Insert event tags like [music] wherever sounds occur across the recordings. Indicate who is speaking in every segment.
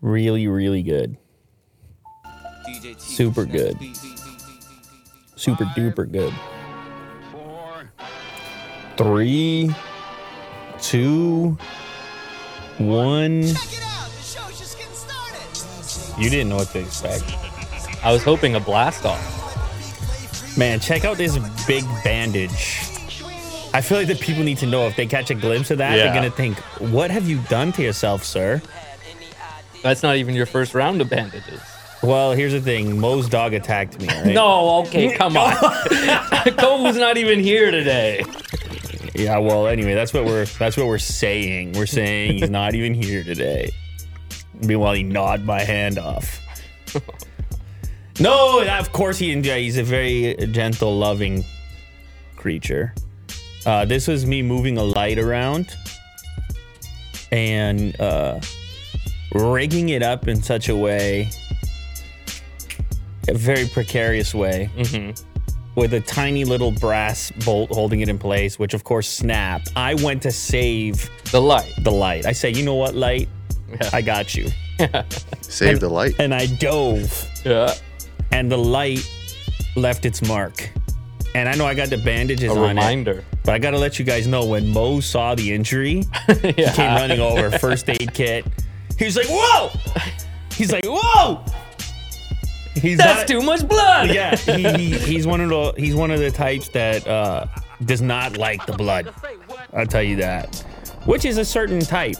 Speaker 1: Really, really good.
Speaker 2: Super good.
Speaker 1: Super duper good. Three, two, one.
Speaker 3: You didn't know what to expect. I was hoping a blast off. Man, check out this big bandage. I feel like the people need to know if they catch a glimpse of that, Yeah. they're gonna think, "What have you done to yourself, sir?"
Speaker 2: That's not even your first round of bandages.
Speaker 3: Well, here's the thing: Mo's dog attacked me. all right?
Speaker 2: No, okay, [laughs] come on. Kobu's not even here today.
Speaker 3: Yeah. Well, anyway, that's what we're that's what we're saying. We're saying he's not even here today. Meanwhile, he gnawed my hand off. No, of course he didn't. do that. He's a very gentle, loving creature. Uh, this was me moving a light around and uh, rigging it up in such a way, a very precarious way, with a tiny little brass bolt holding it in place, which of course snapped. I went to save
Speaker 2: The light.
Speaker 3: the light. I said, you know what, light? I got you.
Speaker 4: Save the light.
Speaker 3: And I dove.
Speaker 2: Yeah.
Speaker 3: and the light left its mark. And I know I got the bandages
Speaker 2: A
Speaker 3: on it,
Speaker 2: [laughs] reminder.
Speaker 3: but I gotta let you guys know when Mo saw the injury, he
Speaker 2: [laughs]
Speaker 3: came running over, first aid kit. He was like, "Whoa!" He's like, "Whoa!" He's
Speaker 2: That's
Speaker 3: not-
Speaker 2: too much blood.
Speaker 3: Yeah, he, he, he's one of the he's one of the types that uh, does not like the blood. I'll tell you that. Which is a certain type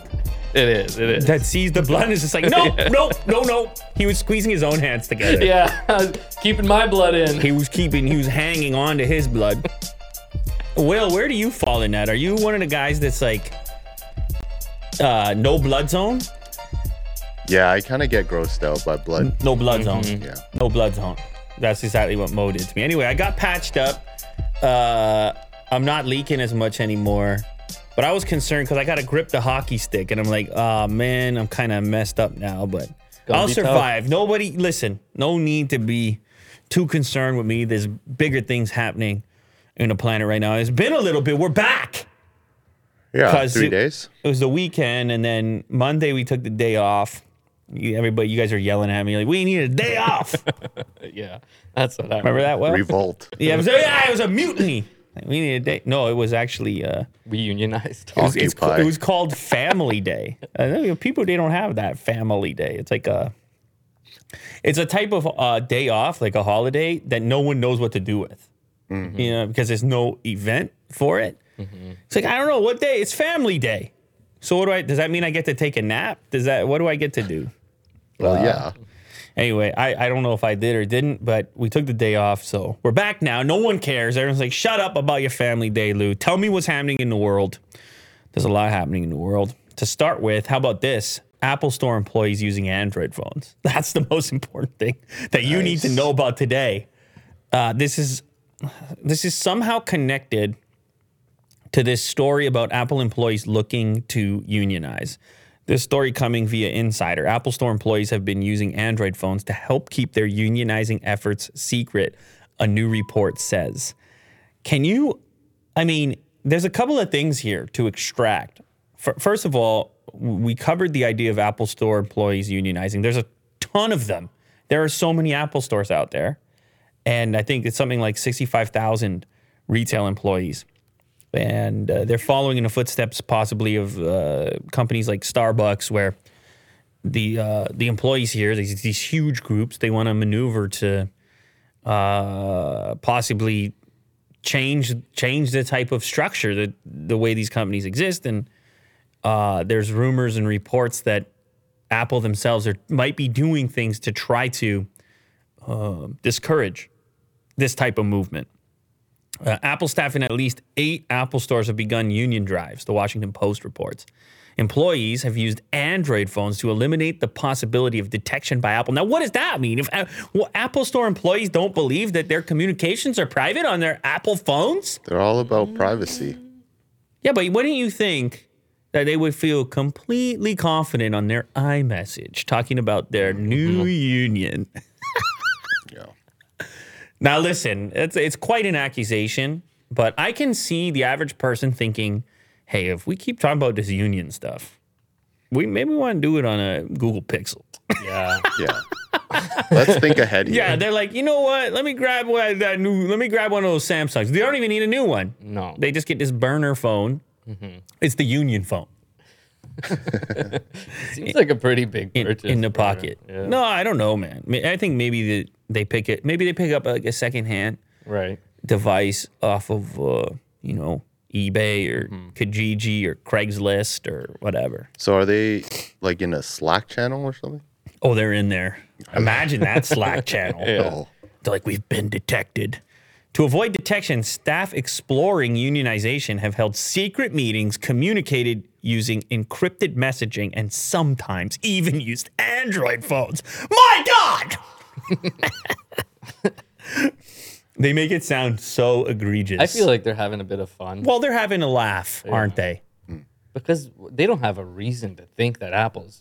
Speaker 2: It is. It is.
Speaker 3: that sees the blood and is just like, "No, no, no, no." He was squeezing his own hands together.
Speaker 2: Yeah. [laughs] Keeping my blood in.
Speaker 3: He was keeping, he was hanging on to his blood. Will, where do you fall in that? Are you one of the guys that's like, uh, no blood zone?
Speaker 4: Yeah, I kind of get grossed out by blood.
Speaker 3: No blood zone.
Speaker 4: Yeah.
Speaker 3: No blood zone. That's exactly what Mo did to me. Anyway, I got patched up. Uh, I'm not leaking as much anymore. But I was concerned because I got to grip the hockey stick and I'm like, oh man, I'm kind of messed up now, but
Speaker 2: Gonna
Speaker 3: I'll
Speaker 2: be tough.
Speaker 3: survive. Nobody, listen, no need to be too concerned with me. There's bigger things happening in the planet right now. It's been a little bit. We're back.
Speaker 4: Yeah,
Speaker 3: Cause
Speaker 4: three
Speaker 3: it-
Speaker 4: days.
Speaker 3: It was the weekend and then Monday we took the day off. You, everybody, you guys are yelling at me like, we need a day
Speaker 2: [laughs]
Speaker 3: off.
Speaker 2: Yeah. That's what I
Speaker 3: Remember that? Well,
Speaker 4: Revolt.
Speaker 3: Yeah, it was, yeah, it was a mutiny. Like, [laughs] We need a day. No, it was actually uh,
Speaker 2: We unionized.
Speaker 3: it was, it's ca-
Speaker 4: Occupy.
Speaker 3: it was called Family Day. [laughs] I know, you know, people they don't have that Family Day. It's like a, it's a type of uh, day off, like a holiday that no one knows what to do with. You know, because there's no event for it. It's like I don't know what day. It's Family Day. So what do I? Does that mean I get to take a nap? Does that? What do I get to do?
Speaker 4: Well, yeah.
Speaker 3: Anyway, I, I don't know if I did or didn't, but we took the day off, so we're back now. No one cares. Everyone's like, shut up about your family day, Lou. Tell me what's happening in the world. There's a lot happening in the world. To start with, how about this? Apple Store employees using Android phones. [laughs] That's the most important thing that you need to
Speaker 4: Nice.
Speaker 3: know about today. Uh, this is this is somehow connected to this story about Apple employees looking to unionize. This story coming via Insider. Apple Store employees have been using Android phones to help keep their unionizing efforts secret, a new report says. Can you? I mean, there's a couple of things here to extract. Fir- First of all, we covered the idea of Apple Store employees unionizing. There's a ton of them. There are so many Apple stores out there. And I think it's something like 65,000 retail employees and uh, they're following in the footsteps possibly of uh, companies like Starbucks, where the uh, the employees here, these, these huge groups, they want to maneuver to uh, possibly change change the type of structure that the way these companies exist. And uh, there's rumors and reports that Apple themselves are might be doing things to try to uh, discourage this type of movement. Uh, Apple staff in at least eight Apple stores have begun union drives, the Washington Post reports. Employees have used Android phones to eliminate the possibility of detection by Apple. Now, what does that mean? If uh, well, Apple Store employees don't believe that their communications are private on their Apple phones?
Speaker 4: They're all about privacy.
Speaker 3: Yeah, but wouldn't you think that they would feel completely confident on their iMessage talking about their new union? [laughs]
Speaker 4: Yeah.
Speaker 3: Now, listen, it's, it's quite an accusation, but I can see the average person thinking, hey, if we keep talking about this union stuff, We maybe want to do it on a Google Pixel.
Speaker 2: Yeah.
Speaker 4: Yeah. Let's think ahead here.
Speaker 3: Yeah, they're like, you know what? Let me grab one, that new. Let me grab one of those Samsungs. They don't even need a new one.
Speaker 2: [laughs] No.
Speaker 3: They just get this burner phone. It's the Union phone
Speaker 2: Seems like a pretty big
Speaker 3: in,
Speaker 2: purchase.
Speaker 3: in the
Speaker 2: for-
Speaker 3: pocket.
Speaker 2: Yeah.
Speaker 3: No, I don't know, man. Ma- I think maybe the, they pick it. Maybe they pick up like a secondhand
Speaker 2: Right.
Speaker 3: device off of uh, you know eBay or
Speaker 2: Mm-hmm.
Speaker 3: Kijiji or Craigslist or whatever.
Speaker 4: So are they like in a Slack channel or something?
Speaker 3: Oh, they're in there. Imagine that Slack channel.
Speaker 4: Oh.
Speaker 3: They're like, we've been detected. To avoid detection, staff exploring unionization have held secret meetings, communicated using encrypted messaging, and sometimes even used Android phones. My God! [laughs] they make it sound so egregious.
Speaker 2: I feel like they're having a bit of fun
Speaker 3: Well, they're having a laugh, aren't they?
Speaker 2: because they don't have a reason to think that Apple's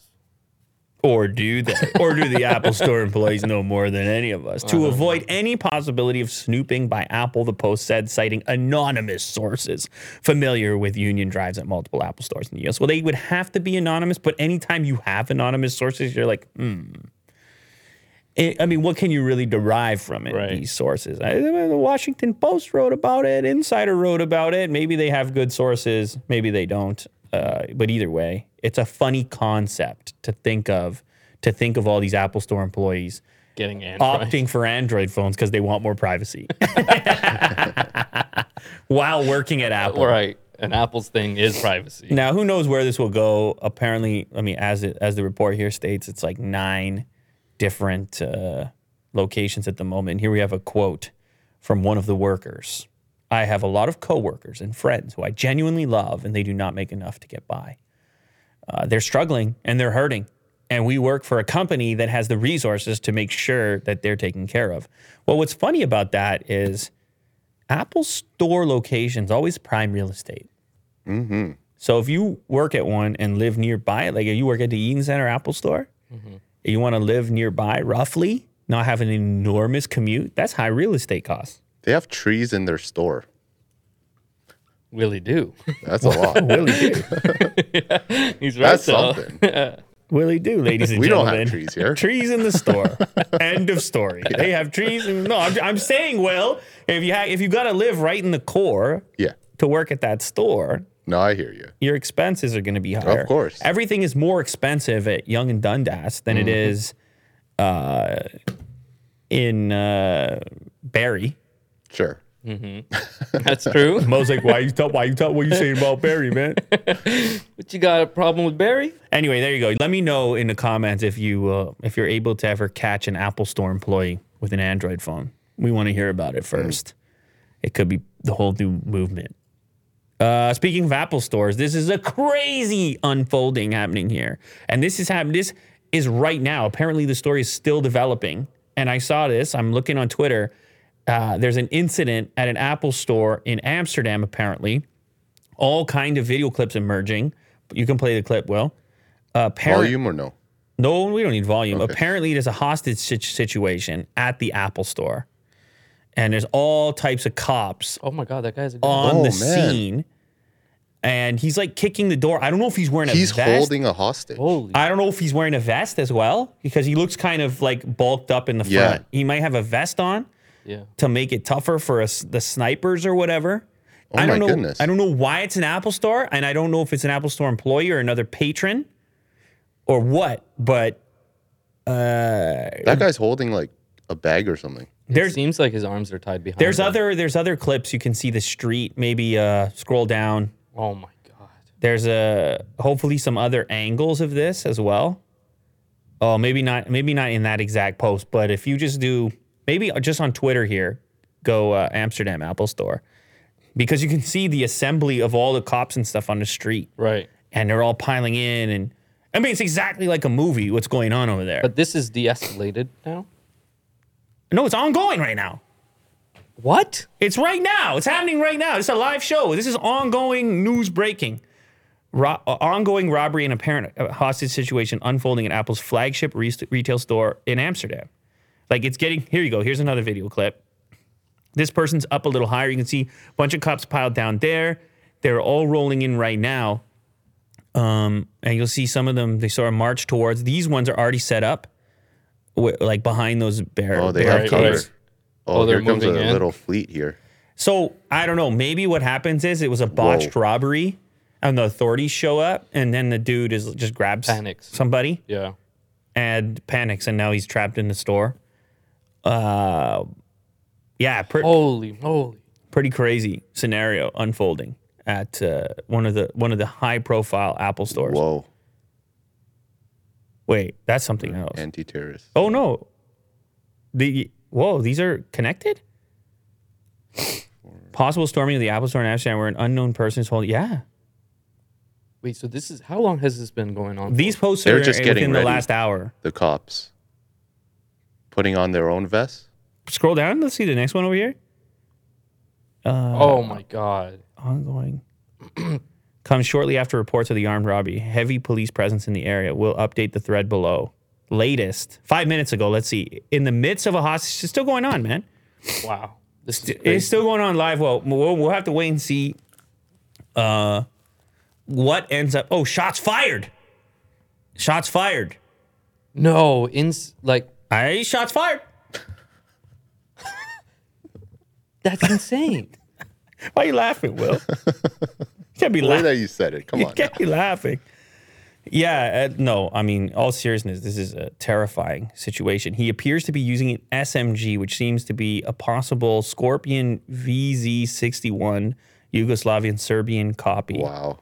Speaker 3: Or do they? Or do the Apple Store employees know more than any of us? To avoid any possibility of snooping by Apple, the Post said, citing anonymous sources familiar with union drives at multiple Apple stores in the US. Well, they would have to be anonymous, but anytime you have anonymous sources, you're like, hmm. It- I mean, what can you really derive from it?
Speaker 2: Right.
Speaker 3: These sources. I- the Washington Post wrote about it, Insider wrote about it. Maybe they have good sources, maybe they don't. Uh, but either way, it's a funny concept to think of. To think of all these Apple Store employees
Speaker 2: getting Android.
Speaker 3: opting for Android phones because they want more privacy [laughs] while working at Apple.
Speaker 2: [laughs] Right. And Apple's thing is privacy.
Speaker 3: Now, who knows where this will go? Apparently, I mean, as it, as the report here states, it's like nine different uh, locations at the moment. Here we have a quote from one of the workers. I have a lot of coworkers and friends who I genuinely love, and they do not make enough to get by. Uh, they're struggling and they're hurting. And we work for a company that has the resources to make sure that they're taken care of. Well, what's funny about that is Apple's store locations always prime real estate. So if you work at one and live nearby, like if you work at the Eaton Center Apple Store,
Speaker 4: Mm-hmm.
Speaker 3: and you want to live nearby roughly, not have an enormous commute, that's high real estate costs.
Speaker 4: They have trees in their store.
Speaker 3: [laughs]
Speaker 2: Willie do.
Speaker 4: That's a lot.
Speaker 2: He's right.
Speaker 4: That's
Speaker 3: [laughs]
Speaker 2: though.
Speaker 4: something.
Speaker 3: Willie do,
Speaker 4: [laughs]
Speaker 3: ladies and
Speaker 4: We don't
Speaker 3: gentlemen.
Speaker 4: have trees here.
Speaker 3: Trees in the
Speaker 4: [laughs]
Speaker 3: store. End of story. They have trees. In, no, I'm, I'm saying, well, if you ha- if you got to live right in the core
Speaker 4: Yeah.
Speaker 3: to work at that store,
Speaker 4: No, I hear you.
Speaker 3: your expenses are going to be higher.
Speaker 4: course.
Speaker 3: Everything is more expensive at Young and Dundas than it is uh, in uh, Barry.
Speaker 4: Sure.
Speaker 2: That's true.
Speaker 3: Mo's like, why you talk? Why you talk? What you saying about Barry, man?
Speaker 2: [laughs] But you got a problem with Barry?
Speaker 3: [laughs] anyway, there you go. Let me know in the comments if you uh, if you're able to ever catch an Apple Store employee with an Android phone. We want to hear about it first. It could be the whole new movement. Uh, speaking of Apple stores, this is a crazy unfolding happening here, and this is happening. This is right now. Apparently, the story is still developing, and I saw this. I'm looking on Twitter. Uh, there's an incident at an Apple store in Amsterdam. Apparently, all kind of video clips emerging. You can play the clip, Will. Uh, parent-
Speaker 4: Volume or no?
Speaker 3: no, we don't need volume. Apparently, there's a hostage sit- situation at the Apple store, and there's all types of cops
Speaker 2: Oh my God, that guy's a good
Speaker 3: on
Speaker 4: Oh,
Speaker 3: the
Speaker 4: man.
Speaker 3: scene. And he's like kicking the door. I don't know if he's wearing a
Speaker 4: He's
Speaker 3: vest.
Speaker 4: holding a hostage.
Speaker 2: Holy.
Speaker 3: I don't know if he's wearing a vest as well because he looks kind of like bulked up in the
Speaker 4: Yeah.
Speaker 3: front. He might have a vest on
Speaker 2: Yeah.
Speaker 3: to make it tougher for us, the snipers or whatever.
Speaker 4: Oh
Speaker 3: I don't
Speaker 4: my
Speaker 3: know.
Speaker 4: goodness.
Speaker 3: I don't know why it's an Apple store, and I don't know if it's an Apple store employee or another patron or what. But uh,
Speaker 4: That guy's holding like a bag or something.
Speaker 2: There
Speaker 3: there's
Speaker 2: seems like his arms are tied behind.
Speaker 3: There's
Speaker 2: him.
Speaker 3: other there's other clips you can see the street. Maybe uh, scroll down.
Speaker 2: Oh my God.
Speaker 3: There's a hopefully some other angles of this as well. Oh, maybe not maybe not in that exact post, but if you just do maybe just on Twitter here, go uh, Amsterdam Apple Store because you can see the assembly of all the cops and stuff on the street,
Speaker 2: Right.
Speaker 3: and they're all piling in and. I mean, it's exactly like a movie. What's going on over there?
Speaker 2: But this is de-escalated now.
Speaker 3: no, it's ongoing right now.
Speaker 2: What?
Speaker 3: It's right now. It's happening right now. It's a live show. This is ongoing news breaking. Ro- uh, ongoing robbery and apparent uh, hostage situation unfolding at Apple's flagship re- retail store in Amsterdam. Like it's getting here. You go. Here's another video clip. This person's up a little higher. You can see a bunch of cops piled down there. They're all rolling in right now. Um, and you'll see some of them, they sort of march towards. These ones are already set up, wi- like behind those bear,
Speaker 4: Oh, they have
Speaker 2: Barricades.
Speaker 4: cover.
Speaker 3: barricades.
Speaker 4: Oh,
Speaker 2: Oh, they're
Speaker 4: here comes a
Speaker 2: moving in?
Speaker 4: little fleet here.
Speaker 3: So I don't know. Maybe what happens is it was a botched
Speaker 4: Whoa.
Speaker 3: robbery and the authorities show up, and then the dude is just grabs
Speaker 2: Panics.
Speaker 3: somebody
Speaker 2: Yeah.
Speaker 3: and panics, and now he's trapped in the store. Uh, yeah, pre-
Speaker 4: Oh.
Speaker 2: Holy moly.
Speaker 3: pretty crazy scenario unfolding at uh, one of the one of the high profile Apple stores.
Speaker 4: Whoa,
Speaker 3: Wait, that's something else.
Speaker 4: anti-terrorist.
Speaker 3: oh no, the whoa, these are connected. Possible storming of the Apple Store in Amsterdam, where an unknown person is holding. Yeah,
Speaker 2: Wait, so this is how long has this been going on?
Speaker 3: These posts
Speaker 4: They're
Speaker 3: are
Speaker 4: just
Speaker 3: within
Speaker 4: getting
Speaker 3: the
Speaker 4: ready.
Speaker 3: last hour.
Speaker 4: The cops putting on their own vests.
Speaker 3: Scroll down. Let's see the next one over here. Uh,
Speaker 2: oh my god.
Speaker 3: Ongoing. [clears throat] Comes shortly after reports of the armed robbery. Heavy police presence in the area. We'll update the thread below. Latest five minutes ago. Let's see. In the midst of a hostage, it's still going on, man.
Speaker 2: Wow. This is
Speaker 3: It's
Speaker 2: crazy.
Speaker 3: still going on live. Well, we'll, we'll have to wait and see. Uh, what ends up? Oh, shots fired. Shots fired.
Speaker 2: no, in like
Speaker 3: I shots fired. [laughs]
Speaker 2: that's insane.
Speaker 3: Why are you laughing, Will?
Speaker 4: [laughs]
Speaker 3: you can't be
Speaker 4: The way
Speaker 3: laughing.
Speaker 4: that you said it.
Speaker 3: [laughs]
Speaker 4: Come
Speaker 3: you
Speaker 4: on. now.
Speaker 3: can't be laughing. Yeah, uh, no, I mean, all seriousness, this is a terrifying situation. He appears to be using an SMG, which seems to be a possible Scorpion VZ61 Yugoslavian Serbian copy.
Speaker 4: Wow.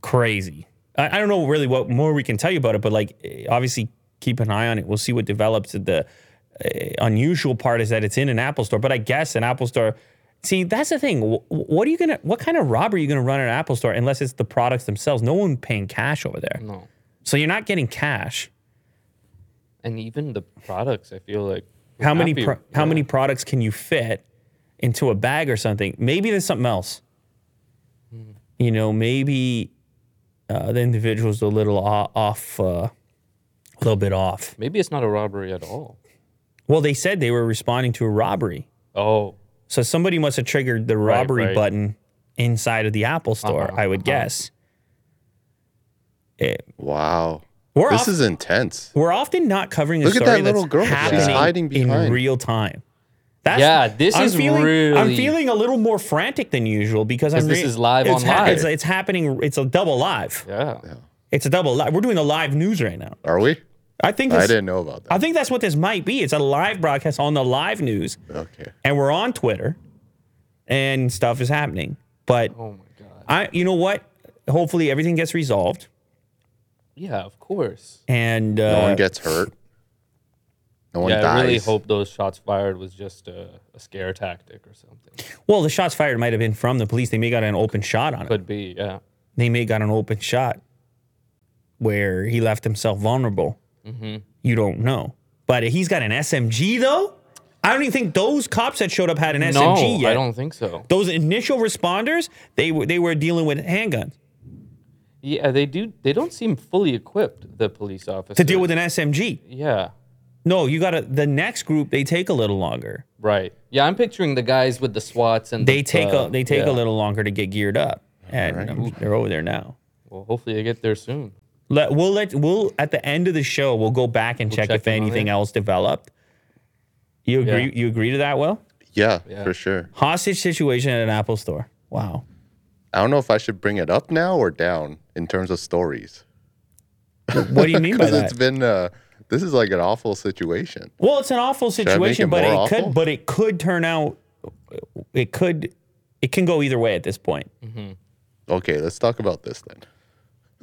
Speaker 3: Crazy. I, I don't know really what more we can tell you about it, but like, eh, obviously, keep an eye on it. We'll see what develops. The eh, unusual part is that it's in an Apple store, but I guess an Apple store. See, that's the thing. Wh- What are you gonna? What kind of robbery are you gonna run at an Apple store unless it's the products themselves? No one paying cash over there,
Speaker 2: No.
Speaker 3: so you're not getting cash.
Speaker 2: And even the products, I feel like would
Speaker 3: How
Speaker 2: not
Speaker 3: many?
Speaker 2: be-
Speaker 3: Pro- how
Speaker 2: yeah.
Speaker 3: many products can you fit into a bag or something? Maybe there's something else.
Speaker 2: Hmm.
Speaker 3: You know, maybe uh, the individual's a little o- off, uh, a little bit off.
Speaker 2: Maybe it's not a robbery at all.
Speaker 3: Well, they said they were responding to a robbery.
Speaker 2: Oh,
Speaker 3: So somebody must have triggered the robbery
Speaker 2: right.
Speaker 3: button inside of the Apple store,
Speaker 2: Uh-huh,
Speaker 3: I would
Speaker 2: uh-huh.
Speaker 3: guess. It-
Speaker 4: Wow.
Speaker 3: we're,
Speaker 4: This
Speaker 3: off-
Speaker 4: is intense.
Speaker 3: we're often not covering a
Speaker 4: Look at
Speaker 3: story
Speaker 4: that little
Speaker 3: that's
Speaker 4: girl. She's
Speaker 3: happening
Speaker 4: hiding
Speaker 3: in
Speaker 4: behind.
Speaker 3: real time. That's,
Speaker 2: Yeah, this
Speaker 3: I'm
Speaker 2: is
Speaker 3: feeling, I'm
Speaker 2: really-
Speaker 3: feeling a little more frantic than usual because I'm
Speaker 2: 'Cause this is live
Speaker 3: it's
Speaker 2: on live.
Speaker 3: It's, it's happening. It's a double live.
Speaker 2: yeah.
Speaker 3: It's a double live. We're doing a live news right now.
Speaker 4: Are we?
Speaker 3: I think
Speaker 4: I
Speaker 3: this,
Speaker 4: didn't know about
Speaker 3: I
Speaker 4: that.
Speaker 3: think that's what this might be. It's a live broadcast on the live news.
Speaker 4: Okay.
Speaker 3: and we're on Twitter, and stuff is happening. But
Speaker 2: Oh my god.
Speaker 3: I, you know what? Hopefully everything gets resolved,
Speaker 2: Yeah, of course.
Speaker 3: and
Speaker 4: No
Speaker 3: uh,
Speaker 4: one gets hurt. No one
Speaker 2: Yeah,
Speaker 4: dies.
Speaker 2: I really hope those shots fired was just a, a scare tactic or something.
Speaker 3: well, the shots fired might have been from the police. They may got an open shot on it.
Speaker 2: Could be, yeah.
Speaker 3: They may got an open shot where he left himself vulnerable.
Speaker 2: Mm-hmm.
Speaker 3: You don't know, but he's got an SMG though. I don't even think those cops that showed up had an SMG
Speaker 2: no,
Speaker 3: yet.
Speaker 2: I don't think so.
Speaker 3: Those initial responders, they were they were dealing with handguns
Speaker 2: Yeah, they do. They don't seem fully equipped. The police officers
Speaker 3: to deal with an SMG.
Speaker 2: Yeah,
Speaker 3: No, you got to the next group. They take a little longer.
Speaker 2: right. Yeah, I'm picturing the guys with the SWATs and
Speaker 3: They
Speaker 2: the,
Speaker 3: take
Speaker 2: uh,
Speaker 3: a they take
Speaker 2: yeah.
Speaker 3: a little longer to get geared up, and um, they're over there now.
Speaker 2: Well, hopefully they get there soon.
Speaker 3: Let, we'll let we'll at the end of the show we'll go back and check,
Speaker 2: check
Speaker 3: if
Speaker 2: in on
Speaker 3: anything
Speaker 2: it.
Speaker 3: else developed. You agree?
Speaker 2: Yeah.
Speaker 3: You agree to that? Will
Speaker 4: Yeah,
Speaker 2: Yeah.
Speaker 4: for sure.
Speaker 3: hostage situation at an Apple store. Wow.
Speaker 4: I don't know if I should bring it up now or down in terms of stories.
Speaker 3: What do you
Speaker 4: [laughs]
Speaker 3: mean by
Speaker 4: Because it's
Speaker 3: that?
Speaker 4: been, uh, this is like an awful situation.
Speaker 3: Well, it's an awful
Speaker 4: I make
Speaker 3: situation,
Speaker 4: it
Speaker 3: but it
Speaker 4: more awful?
Speaker 3: could but it could turn out it could it can go either way at this point.
Speaker 4: Okay, let's talk about this then.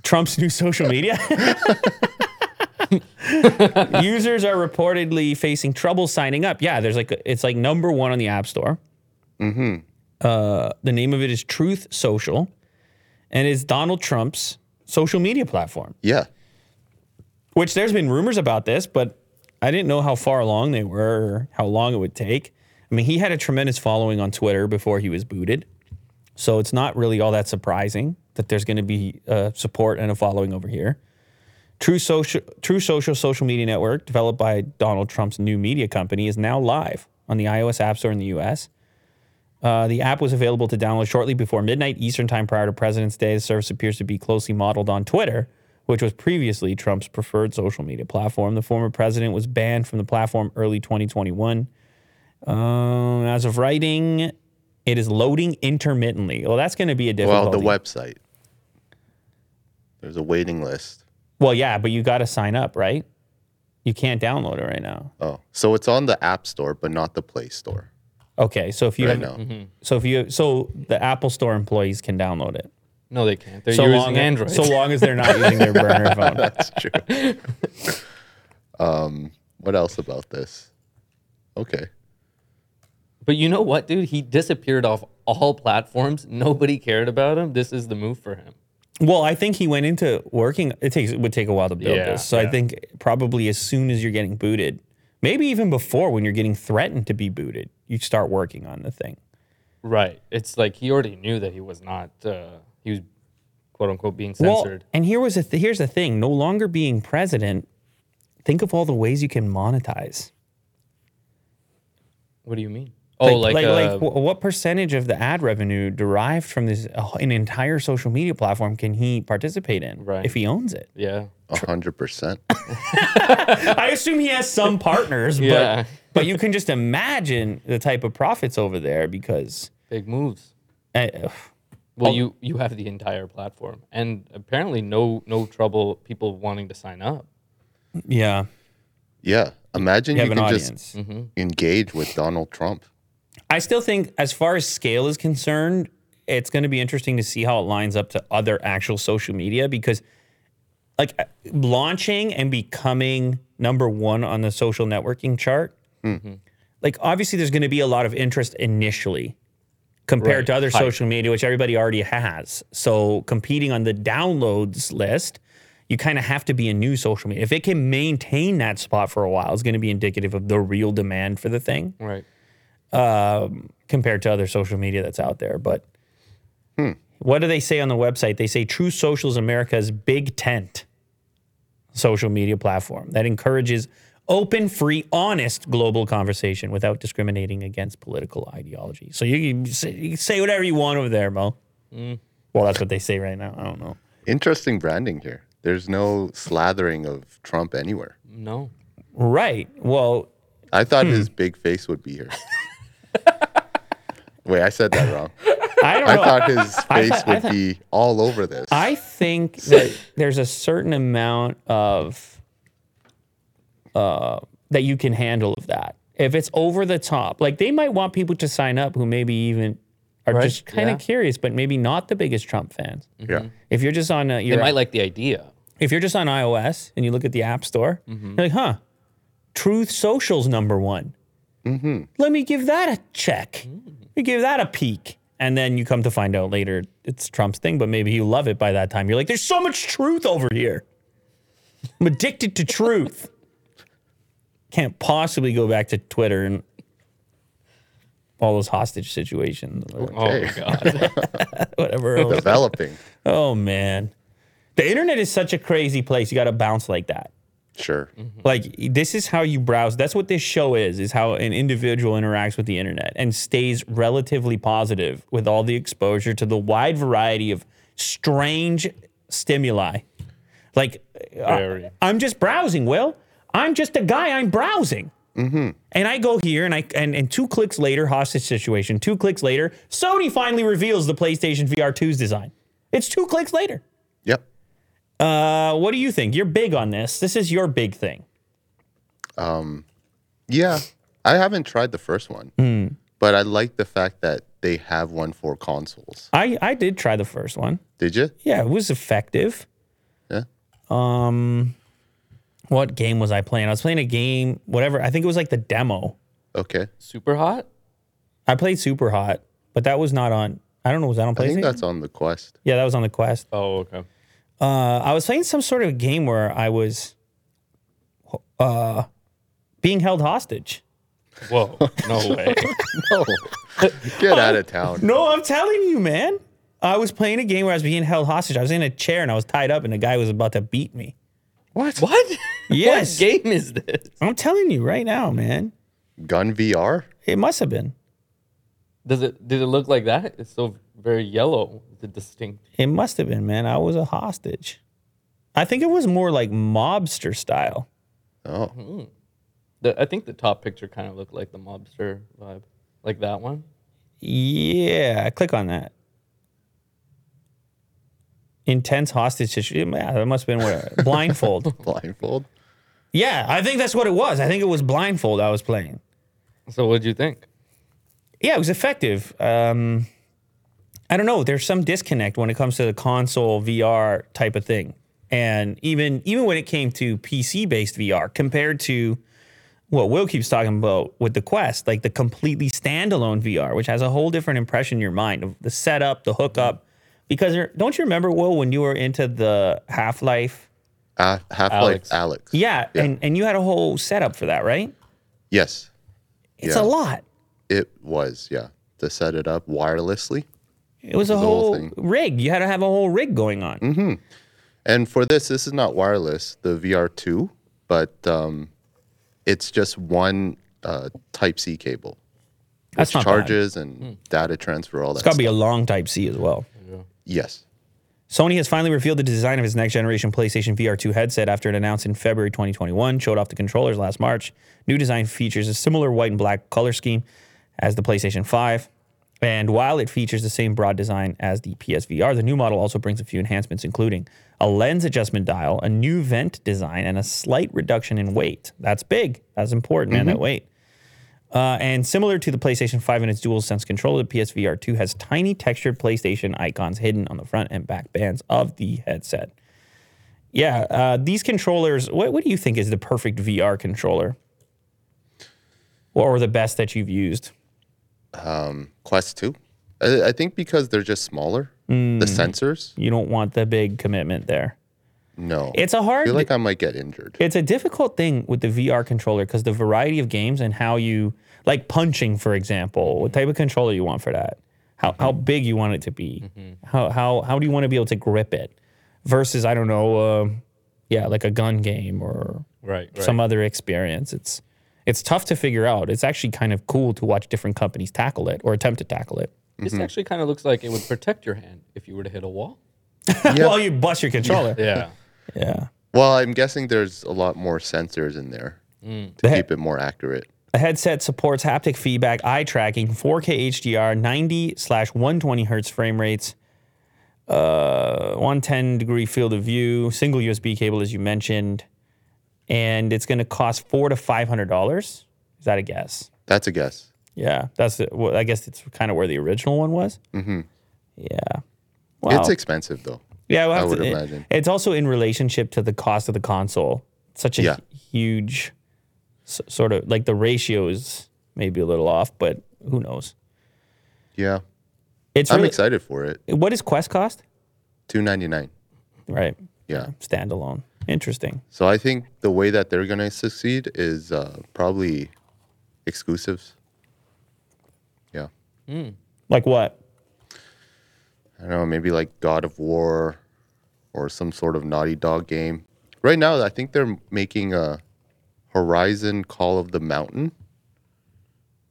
Speaker 3: Trump's new social media. [laughs] Users are reportedly facing trouble signing up. Yeah, there's like it's like number one on the App Store. Mm-hmm. Uh, the name of it is Truth Social, and it's Donald Trump's social media platform.
Speaker 4: Yeah.
Speaker 3: Which there's been rumors about this, but I didn't know how far along they were, or how long it would take. I mean, he had a tremendous following on Twitter before he was booted, so it's not really all that surprising that there's going to be uh, support and a following over here. True Social, True Social social media network developed by Donald Trump's new media company is now live on the iOS App Store in the US. Uh, the app was available to download shortly before midnight Eastern Time prior to President's Day. The service appears to be closely modeled on Twitter, which was previously Trump's preferred social media platform. The former president was banned from the platform early 2021. Um, as of writing, it is loading intermittently. Well, that's going to be a difficulty.
Speaker 4: Well, the website. There's a waiting list.
Speaker 3: Well, yeah, but you got to sign up, right? You can't download it right now.
Speaker 4: Oh, so it's on the App Store, but not the Play
Speaker 3: [laughs]
Speaker 4: Store
Speaker 3: Okay, so if you
Speaker 4: right
Speaker 3: have,
Speaker 4: now.
Speaker 2: Mm-hmm.
Speaker 3: so if you so the Apple Store employees can download it.
Speaker 2: No, they can't. They're
Speaker 3: So
Speaker 2: using
Speaker 3: long, eh?
Speaker 2: Android.
Speaker 3: so long as they're not using their [laughs] burner phone.
Speaker 4: That's true. um, what else about this? Okay.
Speaker 2: [laughs] but you know what, dude? He disappeared off all platforms. Nobody cared about him. This is the move for him.
Speaker 3: Well, I think he went into working. It takes it would take a while to build
Speaker 2: Yeah,
Speaker 3: this, so I
Speaker 2: yeah.
Speaker 3: think probably as soon as you're getting booted, maybe even before when you're getting threatened to be booted, you start working on the thing.
Speaker 2: Right. It's like he already knew that he was not. Uh, he was quote unquote being censored.
Speaker 3: Well, and here was a th- here's the thing: no longer being president, think of all the ways you can monetize.
Speaker 2: what do you mean? Oh, like,
Speaker 3: like,
Speaker 2: uh,
Speaker 3: wh- what percentage of the ad revenue derived from this uh, an entire social media platform can he participate in
Speaker 2: Right.
Speaker 3: if he owns it?
Speaker 2: yeah.
Speaker 4: a 100%.
Speaker 3: I assume he has some partners,
Speaker 2: Yeah.
Speaker 3: but but you can just imagine the type of profits over there because
Speaker 2: Big moves.
Speaker 3: uh,
Speaker 2: Well,
Speaker 3: Oh.
Speaker 2: you you have the entire platform, and apparently no no trouble people wanting to sign up.
Speaker 3: yeah,
Speaker 4: Yeah. Imagine
Speaker 3: you
Speaker 4: you,
Speaker 3: have an
Speaker 4: can
Speaker 3: audience. Mm-hmm.
Speaker 4: just engage with Donald Trump.
Speaker 3: I still think, as far as scale is concerned, it's going to be interesting to see how it lines up to other actual social media because, like, uh, launching and becoming number one on the social networking chart,
Speaker 2: Mm-hmm.
Speaker 3: like, obviously, there's going to be a lot of interest initially compared
Speaker 2: Right.
Speaker 3: to other
Speaker 2: Hype.
Speaker 3: social media, which everybody already has. So, competing on the downloads list, you kind of have to be a new social media. If it can maintain that spot for a while, it's going to be indicative of the real demand for the thing
Speaker 2: Right.
Speaker 3: um, compared to other social media that's out there. But what do they say on the website? They say True Social is America's big tent social media platform that encourages open, free, honest global conversation without discriminating against political ideology. So you can say, you can say whatever you want over there, Mo. Well, that's what they say right now. I don't know.
Speaker 4: Interesting branding here. There's no slathering of Trump anywhere.
Speaker 2: No.
Speaker 3: Right. Well,
Speaker 4: I thought his
Speaker 3: Hmm.
Speaker 4: big face
Speaker 3: [laughs]
Speaker 4: would be here. Wait, I said that wrong.
Speaker 3: I don't
Speaker 4: I
Speaker 3: know.
Speaker 4: thought his face
Speaker 3: thought- I
Speaker 4: would be all over this.
Speaker 3: I think that there's a certain amount of uh, that you can handle of that. If it's over the top, like they might want people to sign up who maybe even are
Speaker 2: Right,
Speaker 3: just kind of
Speaker 2: yeah.
Speaker 3: curious, but maybe not the biggest Trump fans.
Speaker 4: yeah.
Speaker 3: If you're just on, uh,
Speaker 2: They
Speaker 3: your,
Speaker 2: might like the idea.
Speaker 3: if you're just on iOS and you look at the App Store,
Speaker 2: Mm-hmm.
Speaker 3: you're like, huh, Truth Social's number one. Let me give that a check.
Speaker 2: Mm.
Speaker 3: Let me give that a peek. And then you come to find out later it's Trump's thing, but maybe you love it by that time. You're like, there's so much truth over here. I'm addicted to
Speaker 2: [laughs]
Speaker 3: truth. Can't possibly go back to Twitter and all those hostage situations, or
Speaker 2: Oh my god.
Speaker 3: [laughs] whatever.
Speaker 2: [laughs]
Speaker 3: else.
Speaker 4: Developing.
Speaker 3: oh, man. The internet is such a crazy place. You got to bounce like that.
Speaker 4: Sure.
Speaker 3: Like this is how you browse. That's what this show is, is how an individual interacts with the internet and stays relatively positive with all the exposure to the wide variety of strange stimuli. Like uh,
Speaker 2: Very.
Speaker 3: I'm just browsing, Will. I'm just a guy, I'm browsing. And I go here and I and, and two clicks later, hostage situation, two clicks later, Sony finally reveals the PlayStation VR 2's design. It's two clicks later.
Speaker 4: Yep.
Speaker 3: Uh, what do you think? You're big on this. This is your big thing.
Speaker 4: Yeah. I haven't tried the first one,
Speaker 3: Hmm.
Speaker 4: but I like the fact that they have one for consoles.
Speaker 3: I I did try the first one.
Speaker 4: Did you?
Speaker 3: Yeah, it was effective.
Speaker 4: Yeah.
Speaker 3: What game was I playing? I was playing a game, whatever. I think it was like the demo.
Speaker 4: Okay.
Speaker 2: Super hot.
Speaker 3: I played Super Hot, but that was not on. I don't know. Was that on
Speaker 4: I think
Speaker 3: PlayStation?
Speaker 4: that's on the
Speaker 3: [laughs]
Speaker 4: quest.
Speaker 3: yeah, that was on the Quest.
Speaker 2: Oh okay.
Speaker 3: Uh, I was playing some sort of game where I was uh, being held hostage.
Speaker 2: Whoa.
Speaker 3: [laughs]
Speaker 2: No way.
Speaker 4: No. [laughs] Get out of town.
Speaker 3: No, I'm telling you, man. I was playing a game where I was being held hostage. I was in a chair and I was tied up, and the guy was about to beat me.
Speaker 4: What?
Speaker 2: [laughs] what?
Speaker 3: Yes.
Speaker 2: What game is this?
Speaker 3: I'm telling you right now, man.
Speaker 4: Gun VR?
Speaker 3: It must have been.
Speaker 2: Does it? Did it look like that? It's so very yellow. The distinct.
Speaker 3: It must have been, man. I was a hostage. I think it was more like mobster style.
Speaker 4: Oh,
Speaker 2: The, I think the top picture kind of looked like the mobster vibe, like that one.
Speaker 3: Yeah, click on that. Intense hostage situation. Yeah, that must have been what [laughs] blindfold.
Speaker 4: blindfold.
Speaker 3: yeah, I think that's what it was. I think it was blindfold I was playing.
Speaker 2: So what would you think?
Speaker 3: Yeah, it was effective. Um, I don't know. There's some disconnect when it comes to the console VR type of thing, and even even when it came to PC based VR compared to what Will keeps talking about with the Quest, like the completely standalone VR, which has a whole different impression in your mind of the setup, the hookup. Because there- don't you remember Will when you were into the Half Life?
Speaker 4: Uh, Half Life
Speaker 2: Alex.
Speaker 4: Alex.
Speaker 3: Yeah, and and you had a whole setup for that, right?
Speaker 4: Yes,
Speaker 3: It's
Speaker 4: Yeah.
Speaker 3: a lot.
Speaker 4: it was. Yeah, to set it up wirelessly.
Speaker 3: It was a
Speaker 4: whole
Speaker 3: whole
Speaker 4: thing. Mm-hmm.
Speaker 3: rig. You had to have a whole rig going on.
Speaker 4: And for this, this is not wireless, the VR2, but um, it's just one uh, Type C cable.
Speaker 3: That's
Speaker 4: which
Speaker 3: not bad.
Speaker 4: charges and data transfer, all that.
Speaker 3: It's got to be
Speaker 4: stuff.
Speaker 3: a long Type C as well.
Speaker 4: yes.
Speaker 3: Sony has finally revealed the design of its next generation PlayStation VR2 headset after it announced in February 2021, showed off the controllers last March. New design features a similar white and black color scheme as the PlayStation 5. And while it features the same broad design as the PSVR, the new model also brings a few enhancements, including a lens adjustment dial, a new vent design, and a slight reduction in weight. That's big. That's important, man, that weight. Uh, and similar to the PlayStation 5 and its DualSense controller, the PSVR 2 has tiny textured PlayStation icons hidden on the front and back bands of the headset. Yeah, uh, these controllers, what, what do you think is the perfect VR controller? Or the best that you've used?
Speaker 4: Quest 2. I, I think because they're just smaller,
Speaker 3: Hmm.
Speaker 4: the sensors,
Speaker 3: You don't want the big commitment there.
Speaker 4: no.
Speaker 3: It's a
Speaker 4: I
Speaker 3: hard,
Speaker 4: feel like I might get injured.
Speaker 3: it's a difficult thing with the VR controller because the variety of games and how you, like punching, for example, what type of controller you want for that, how, how big you want it to be, how, how, how do you want to be able to grip it versus, I don't know, um yeah, like a gun game or
Speaker 2: Right. right.
Speaker 3: some other experience. It's, it's tough to figure out. It's actually kind of cool to watch different companies tackle it or attempt to tackle it.
Speaker 2: This actually kind of looks like it would protect your hand if you were to hit a wall.
Speaker 3: Well, you bust your controller.
Speaker 2: [laughs] Yeah.
Speaker 3: [laughs] yeah.
Speaker 4: Well, I'm guessing there's a lot more sensors in there to
Speaker 3: That-
Speaker 4: keep it more accurate.
Speaker 3: The headset supports haptic feedback, eye tracking, 4K HDR, 90 slash 120 hertz frame rates, uh, 110 degree field of view, single USB cable, as you mentioned, and it's going to cost four to five hundred dollars. Is that a guess?
Speaker 4: That's a guess.
Speaker 3: Yeah, that's the- well, I guess it's kind of where the original one was. Mm-hmm. Yeah. Wow.
Speaker 4: It's expensive, though.
Speaker 3: yeah, we'll
Speaker 4: I
Speaker 3: have
Speaker 4: would
Speaker 3: to- it-
Speaker 4: imagine.
Speaker 3: it's also in relationship to the cost of the console. Such a
Speaker 4: Yeah.
Speaker 3: hu- huge s- sort of like the ratio is maybe a little off, but who knows?
Speaker 4: Yeah.
Speaker 3: It's
Speaker 4: I'm
Speaker 3: really,
Speaker 4: excited for it.
Speaker 3: what does Quest cost?
Speaker 4: 299
Speaker 3: Right,
Speaker 4: Yeah.
Speaker 3: standalone. Interesting.
Speaker 4: So I think the way that they're going to succeed is uh, probably exclusives. Yeah.
Speaker 3: Like what?
Speaker 4: I don't know, maybe like God of War or some sort of Naughty Dog game. Right now, I think they're making a Horizon Call of the Mountain,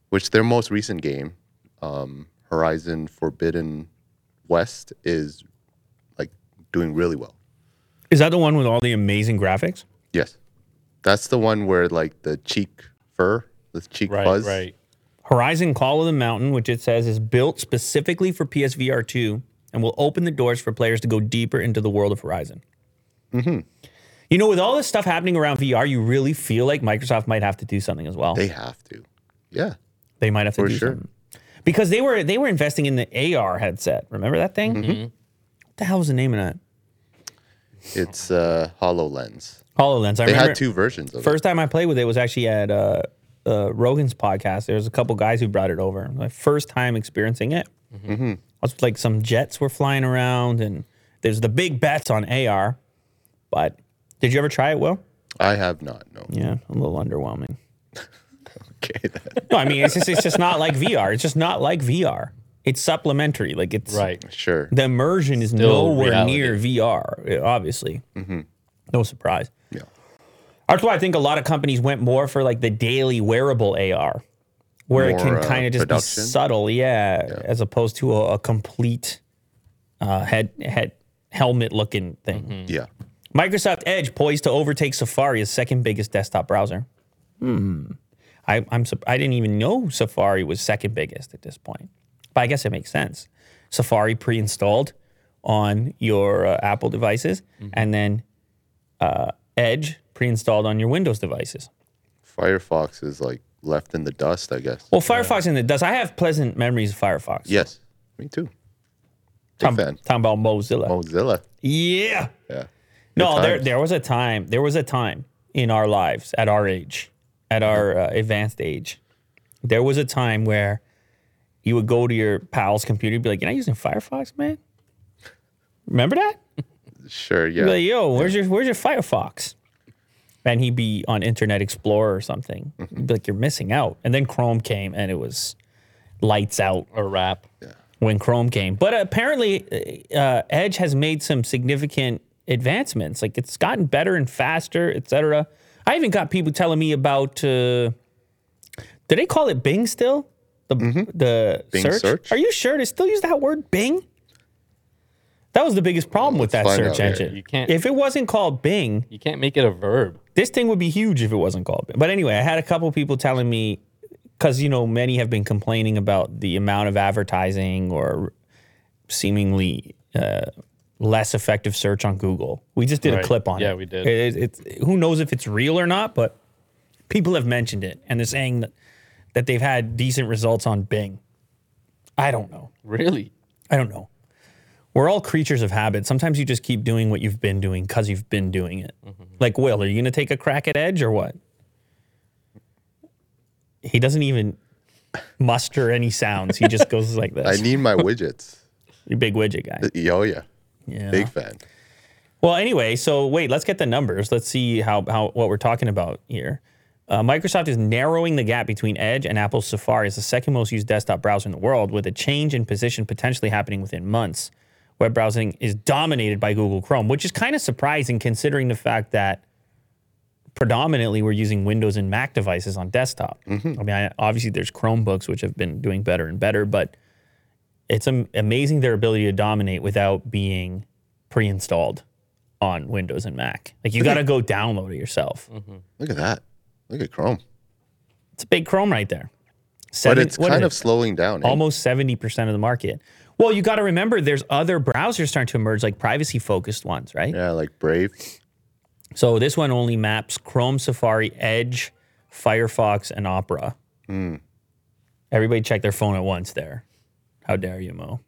Speaker 4: which their most recent game, um, Horizon Forbidden West, is like doing really well.
Speaker 3: Is that the one with all the amazing graphics?
Speaker 4: Yes. That's the one where like the cheek fur, the cheek
Speaker 2: Right.
Speaker 4: fuzz.
Speaker 2: Right.
Speaker 3: Horizon Call of the Mountain, which it says is built specifically for PSVR 2 and will open the doors for players to go deeper into the world of Horizon. Mm-hmm. You know, with all this stuff happening around VR, you really feel like Microsoft might have to do something as well.
Speaker 4: They
Speaker 3: They,
Speaker 4: have to. Yeah.
Speaker 3: might have to
Speaker 4: For
Speaker 3: do
Speaker 4: sure.
Speaker 3: something. Because they were they were investing in the AR headset. Remember that thing?
Speaker 4: Mm-hmm.
Speaker 3: What the hell was the name of that?
Speaker 4: It's uh, HoloLens.
Speaker 3: HoloLens. I
Speaker 4: They
Speaker 3: remember
Speaker 4: had two versions of it.
Speaker 3: First time I played with it was actually at uh, uh, Rogan's podcast. There was a couple guys who brought it over. My first time experiencing it.
Speaker 2: Mm-hmm.
Speaker 3: I was like, some jets were flying around, and there's the big bets on AR. But did you ever try it? Will?
Speaker 4: I have not, no.
Speaker 3: Yeah, a little underwhelming.
Speaker 4: Okay.
Speaker 3: No, I mean it's just it's just not like VR. It's just not like VR. It's supplementary. Like it's
Speaker 2: Right.
Speaker 4: Sure.
Speaker 3: the immersion is
Speaker 2: Still
Speaker 3: nowhere
Speaker 2: reality.
Speaker 3: near VR, uh, obviously. No surprise.
Speaker 4: Yeah.
Speaker 3: That's why I think a lot of companies went more for like the daily wearable AR, where it can
Speaker 4: More, uh,
Speaker 3: kind of just
Speaker 4: production?
Speaker 3: be subtle, yeah, as opposed to a, a complete uh, head head helmet looking thing.
Speaker 4: Yeah.
Speaker 3: Microsoft Edge poised to overtake Safari as second biggest desktop browser. Hmm. I, I'm sup- I didn't even know Safari was second biggest at this point, but I guess it makes sense. Safari pre-installed on your uh, Apple devices,
Speaker 4: Mm-hmm.
Speaker 3: and then uh, Edge pre-installed on your Windows devices.
Speaker 4: Firefox is like left in the dust, I guess.
Speaker 3: Well, Firefox and it does. I have pleasant memories of Firefox.
Speaker 4: Yes. Me too. Big
Speaker 3: Tom,
Speaker 4: fan.
Speaker 3: talking about Mozilla.
Speaker 4: Mozilla.
Speaker 3: yeah.
Speaker 4: Yeah.
Speaker 3: No, there
Speaker 4: times.
Speaker 3: there was a time. There was a time in our lives at our age, at our uh, advanced age. There was a time where you would go to your pal's computer and be like, "You're not using Firefox, man." Remember that?
Speaker 4: Sure.
Speaker 3: You'd
Speaker 4: Yeah.
Speaker 3: be like, "Yo, where's your where's your Firefox?" And he'd be on Internet Explorer or something. You'd be like, "You're missing out." And then Chrome came, and it was lights out
Speaker 2: A wrap.
Speaker 3: when Chrome came. But apparently, uh, Edge has made some significant advancements. Like it's gotten better and faster, etc. I even got people telling me about. Uh, do they call it Bing still? The the
Speaker 4: Mm-hmm. Bing
Speaker 3: search?
Speaker 4: search.
Speaker 3: Are you sure they still use that word Bing? That was the biggest problem with that
Speaker 4: find
Speaker 3: search
Speaker 4: out. Yeah,
Speaker 3: engine.
Speaker 2: you can't-
Speaker 3: If it wasn't called Bing,
Speaker 2: You can't make it a verb.
Speaker 3: this thing would be huge if it wasn't called. But anyway, I had a couple people telling me because you know many have been complaining about the amount of advertising or seemingly uh, less effective search on Google. We just did
Speaker 2: Right.
Speaker 3: a clip on it.
Speaker 2: Yeah, we did.
Speaker 3: It- it- it's- who knows if it's real or not, but people have mentioned it and they're saying that, that they've had decent results on Bing. I don't know.
Speaker 2: Really?
Speaker 3: I don't know. We're all creatures of habit. Sometimes you just keep doing what you've been doing because you've been doing it. Like, Will, are you going to take a crack at Edge or what? He doesn't even muster any sounds. He just goes
Speaker 4: [laughs]
Speaker 3: like
Speaker 4: I
Speaker 3: this.
Speaker 4: need my widgets. [laughs]
Speaker 3: you big widget guy.
Speaker 4: Oh, yeah.
Speaker 3: Yeah.
Speaker 4: Big fan.
Speaker 3: Well, anyway, so wait, let's get the numbers. Let's see how, how what we're talking about here. Uh, Microsoft is narrowing the gap between Edge and Apple's Safari as the second most used desktop browser in the world, with a change in position potentially happening within months. Web browsing is dominated by Google Chrome, which is kind of surprising considering the fact that predominantly we're using Windows and Mac devices on desktop. I mean, I, obviously there's Chromebooks which have been doing better and better, but it's am- amazing their ability to dominate without being pre-installed on Windows and Mac. Like you got to go download it yourself.
Speaker 4: Look at that. Look at Chrome.
Speaker 3: It's a big Chrome right there.
Speaker 4: But
Speaker 3: Seven-
Speaker 4: it's
Speaker 3: what
Speaker 4: kind
Speaker 3: is
Speaker 4: of
Speaker 3: it?
Speaker 4: slowing down. eh?
Speaker 3: almost seventy percent of the market. Well, you got to remember there's other browsers starting to emerge, like privacy-focused ones, right?
Speaker 4: Yeah, like Brave.
Speaker 3: So this one only maps Chrome, Safari, Edge, Firefox, and Opera. Everybody check their phone at once there. How dare you, Mo?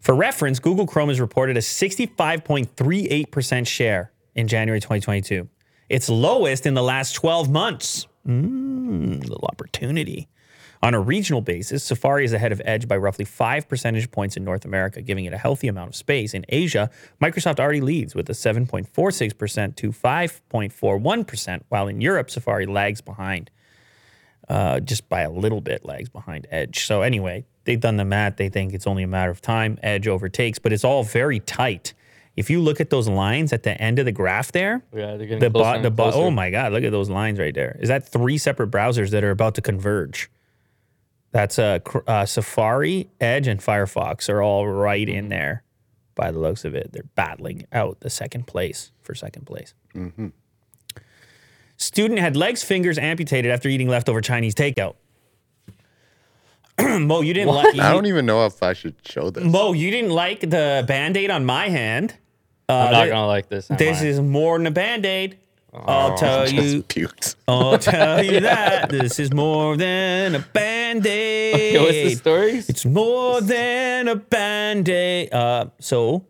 Speaker 3: For reference, Google Chrome has reported a 65.38% share in January 2022. Its lowest in the last 12 months. Mm, little opportunity. On a regional basis, Safari is ahead of Edge by roughly five percentage points in North America, giving it a healthy amount of space. In Asia, Microsoft already leads with a 7.46% to 5.41%, while in Europe, Safari lags behind uh, just by a little bit, lags behind Edge. So, anyway, they've done the math. They think it's only a matter of time. Edge overtakes, but it's all very tight. If you look at those lines at the end of the graph there,
Speaker 2: Yeah, they're getting
Speaker 3: the
Speaker 2: closer
Speaker 3: bot,
Speaker 2: and
Speaker 3: the bot.
Speaker 2: closer.
Speaker 3: Oh my God! Look at those lines right there. Is that three separate browsers that are about to converge? That's uh, Chr- uh, Safari, Edge, and Firefox are all right
Speaker 4: Mm-hmm.
Speaker 3: in there. By the looks of it, they're battling out the second place for second place.
Speaker 4: Mm-hmm.
Speaker 3: Student had legs, fingers amputated after eating leftover Chinese takeout. [clears throat] Mo, you didn't like.
Speaker 4: I don't e-, even know if I should show this. [laughs]
Speaker 3: Mo, you didn't like the band aid on my hand. Uh,
Speaker 2: I'm not
Speaker 3: there-
Speaker 2: gonna like this. am
Speaker 3: this
Speaker 2: I?
Speaker 3: is more than a band aid.
Speaker 4: Oh.
Speaker 3: I'll
Speaker 4: [laughs]
Speaker 3: tell you.
Speaker 4: Just puked.
Speaker 3: I'll tell you that this is more than a band aid.
Speaker 2: [laughs] Yo, what's the story?
Speaker 3: It's more than a band aid. Uh, so,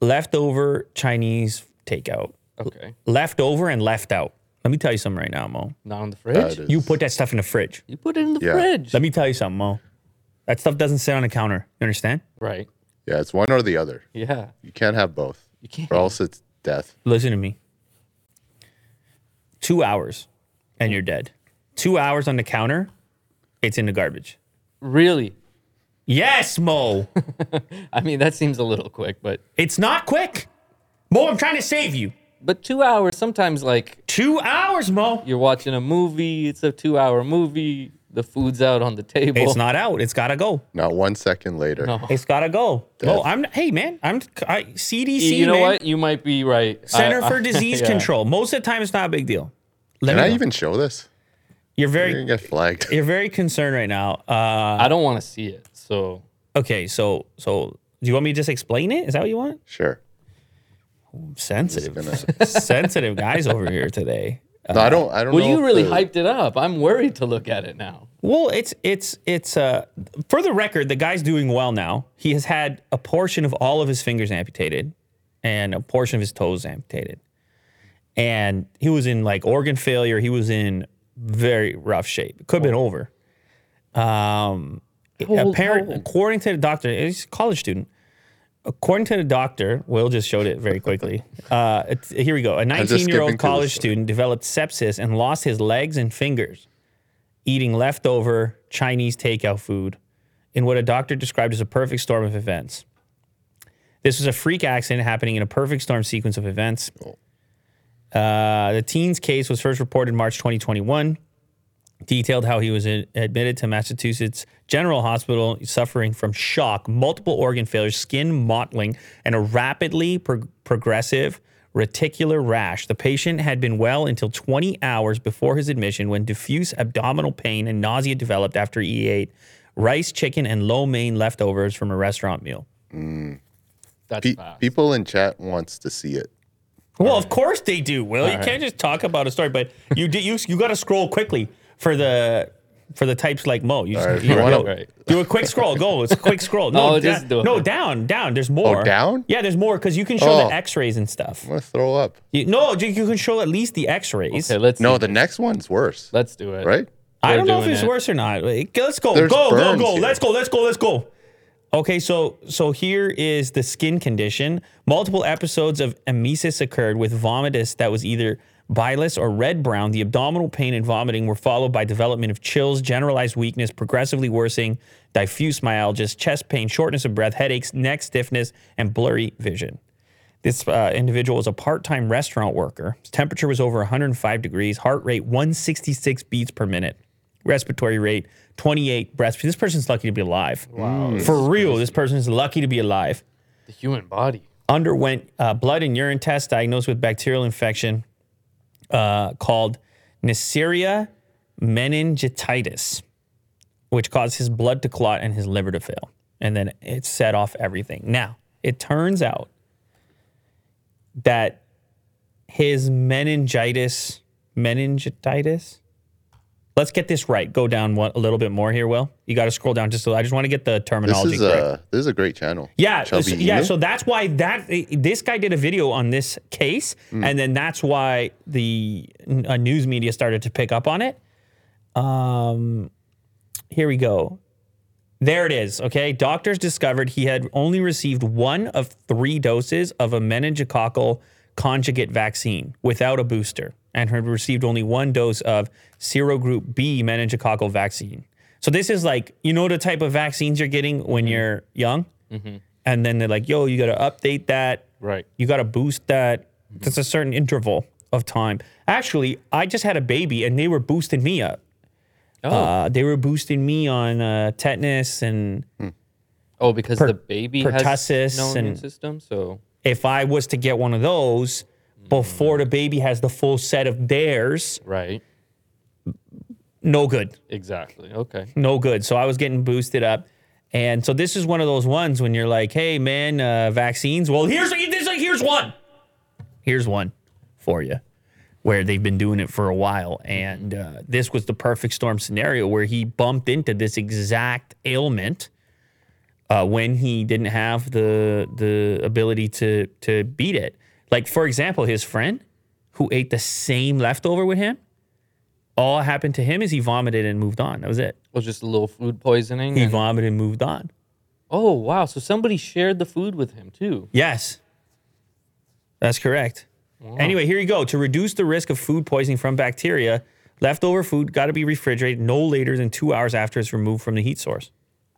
Speaker 3: leftover Chinese takeout.
Speaker 2: okay.
Speaker 3: Leftover and left out. Let me tell you something right now, Mo.
Speaker 2: Not in the
Speaker 4: [laughs] That
Speaker 2: fridge.
Speaker 4: is-
Speaker 3: You put that stuff in the fridge.
Speaker 2: You put it in the
Speaker 4: Yeah.
Speaker 2: fridge.
Speaker 3: Let me tell you something, Mo. That stuff doesn't sit on the counter. You understand?
Speaker 2: Right.
Speaker 4: yeah, it's one or the other.
Speaker 2: Yeah.
Speaker 4: You can't have both.
Speaker 2: You can't.
Speaker 4: Or else it's death.
Speaker 3: Listen to me. Two hours and you're dead. Two hours on the counter, it's in the garbage.
Speaker 2: Really?
Speaker 3: Yes, Mo.
Speaker 2: I mean, that seems a little quick, but
Speaker 3: It's not quick. Mo, I'm trying to save you.
Speaker 2: but two hours. Sometimes like
Speaker 3: Two hours, Mo.
Speaker 2: you're watching a movie. It's a two-hour movie. the food's out on the table.
Speaker 4: Oh.
Speaker 3: It's not out. It's gotta go.
Speaker 4: Not one second later.
Speaker 2: No.
Speaker 3: It's gotta go. No,
Speaker 4: That's-
Speaker 3: I'm. Hey, man. I'm. I, CDC.
Speaker 2: you know
Speaker 3: man,
Speaker 2: what? You might be right. I-
Speaker 3: Center
Speaker 2: I- [laughs]
Speaker 3: for Disease
Speaker 2: yeah.
Speaker 3: Control. Most of the time, it's not a big deal. Let
Speaker 4: Can
Speaker 3: me
Speaker 4: I
Speaker 3: know.
Speaker 4: even show this?
Speaker 3: You're
Speaker 4: You're gonna
Speaker 3: very.
Speaker 4: get flagged.
Speaker 3: You're very concerned right now. Uh,
Speaker 2: I don't want to see it. So
Speaker 3: okay, so so do you want me to just explain it? Is that what you want?
Speaker 4: Sure.
Speaker 3: Sensitive, [laughs]
Speaker 4: gonna-
Speaker 3: sensitive guys over here today.
Speaker 4: No, I don't. I don't.
Speaker 2: well,
Speaker 4: know
Speaker 2: you
Speaker 4: if
Speaker 2: really
Speaker 4: the-
Speaker 2: hyped it up. I'm worried to look at it now.
Speaker 3: Well, it's it's it's uh for the record, the guy's doing well now. He has had a portion of all of his fingers amputated and a portion of his toes amputated. And he was in like organ failure. He was in very rough shape. It could have been over. Um
Speaker 2: old- how
Speaker 3: apparent-
Speaker 2: old?
Speaker 3: according to the doctor, he's a college student. According to the doctor, Will just showed it very quickly. Uh, it's, here we go. A
Speaker 4: just
Speaker 3: 19 year old
Speaker 4: skipping through this
Speaker 3: college
Speaker 4: stuff.
Speaker 3: student developed sepsis and lost his legs and fingers eating leftover Chinese takeout food in what a doctor described as a perfect storm of events. This was a freak accident happening in a perfect storm sequence of events.
Speaker 4: Oh.
Speaker 3: Uh, the teen's case was first reported March 2021. Detailed how he was in, admitted to Massachusetts General Hospital, suffering from shock, multiple organ failure, skin mottling, and a rapidly pro- progressive reticular rash. The patient had been well until 20 hours before his admission when diffuse abdominal pain and nausea developed after he ate rice, chicken, and lo mein leftovers from a restaurant meal.
Speaker 2: That's
Speaker 4: pe-
Speaker 2: fast.
Speaker 4: people in chat wants to see it.
Speaker 3: Well, of course they do. Will you can't just talk about a story, but you did, you you got to scroll quickly for the for the types like Mo. You just,
Speaker 4: All right, if
Speaker 3: you-
Speaker 4: you wanna-
Speaker 3: yo,
Speaker 2: Right.
Speaker 3: do a quick scroll. Go. It's a quick scroll. No,
Speaker 2: Oh,
Speaker 3: da-
Speaker 2: just do it.
Speaker 3: no down, down. There's more.
Speaker 4: down?
Speaker 3: Yeah, there's more because you can show
Speaker 4: Oh.
Speaker 3: the X-rays and stuff.
Speaker 4: I'm gonna throw up.
Speaker 3: You, no, you you can show at least the X-rays.
Speaker 2: Okay, let's
Speaker 4: No,
Speaker 2: do
Speaker 4: the next one's worse.
Speaker 2: it. let's do it.
Speaker 4: right?
Speaker 3: I
Speaker 2: They're
Speaker 3: don't know if
Speaker 2: doing
Speaker 3: it's
Speaker 2: it.
Speaker 3: worse or not. Like, Let's go.
Speaker 4: There's
Speaker 3: go, go,
Speaker 4: burns
Speaker 3: go.
Speaker 4: here.
Speaker 3: Let's go. Let's go. Let's go. Okay, so so here is the skin condition. Multiple episodes of emesis occurred with vomitus that was either bilous or red brown. The abdominal pain and vomiting were followed by development of chills, generalized weakness, progressively worsening, diffuse myalgias, chest pain, shortness of breath, headaches, neck stiffness, and blurry vision. This uh, individual was a part-time restaurant worker. His temperature was over 105 degrees, heart rate 166 beats per minute, respiratory rate 28 breaths. This person's lucky to be alive. Wow. For real, this person is lucky to be alive.
Speaker 2: The human body.
Speaker 3: Underwent uh, blood and urine tests, diagnosed with bacterial infection uh, called Neisseria meningitis, which caused his blood to clot and his liver to fail. And then it set off everything. Now, it turns out that his meningitis, meningitis. Let's get this right. Go down one, a little bit more here, Will. You got to scroll down just a little. I just want to get the
Speaker 4: This
Speaker 3: terminology
Speaker 4: is
Speaker 3: correct.
Speaker 4: a this is a great channel.
Speaker 3: Yeah,
Speaker 4: Chubby
Speaker 3: so, yeah.
Speaker 4: Emu?
Speaker 3: So that's why that this guy did a video on this case, and then that's why the uh, news media started to pick up on it. Um, here we go. There it is. Okay, doctors discovered he had only received one of three doses of a meningococcal conjugate vaccine without a booster, and had received only one dose of serogroup B meningococcal vaccine. So this is like you know the type of vaccines you're getting when you're young, and then they're like, "Yo, you got to update that.
Speaker 2: Right.
Speaker 3: You got to boost that. That's a certain interval of time." Actually, I just had a baby, and they were boosting me up.
Speaker 2: Oh,
Speaker 3: Uh, they were boosting me on uh, tetanus, and
Speaker 2: oh because the baby
Speaker 3: pertussis
Speaker 2: has no immune
Speaker 3: and-
Speaker 2: system. So
Speaker 3: if I was to get one of those before the baby has the full set of theirs,
Speaker 2: right,
Speaker 3: no good,
Speaker 2: exactly. [laughs] Okay.
Speaker 3: no good. So I was getting boosted up, and so this is one of those ones when you're like, "Hey, man, uh, vaccines." Well, here's this, here's one, here's one for you, where they've been doing it for a while, and uh, this was the perfect storm scenario where he bumped into this exact ailment. uh, when he didn't have the the ability to to beat it. Like for example, his friend who ate the same leftover with him, all happened to him is he vomited and moved on. That was it.
Speaker 2: Well, just a little food poisoning.
Speaker 3: He
Speaker 2: and-
Speaker 3: vomited and moved on.
Speaker 2: oh wow! So somebody shared the food with him too.
Speaker 3: Yes. That's correct. Anyway, here you go. To reduce the risk of food poisoning from bacteria, leftover food got to be refrigerated no later than two hours after it's removed from the heat source.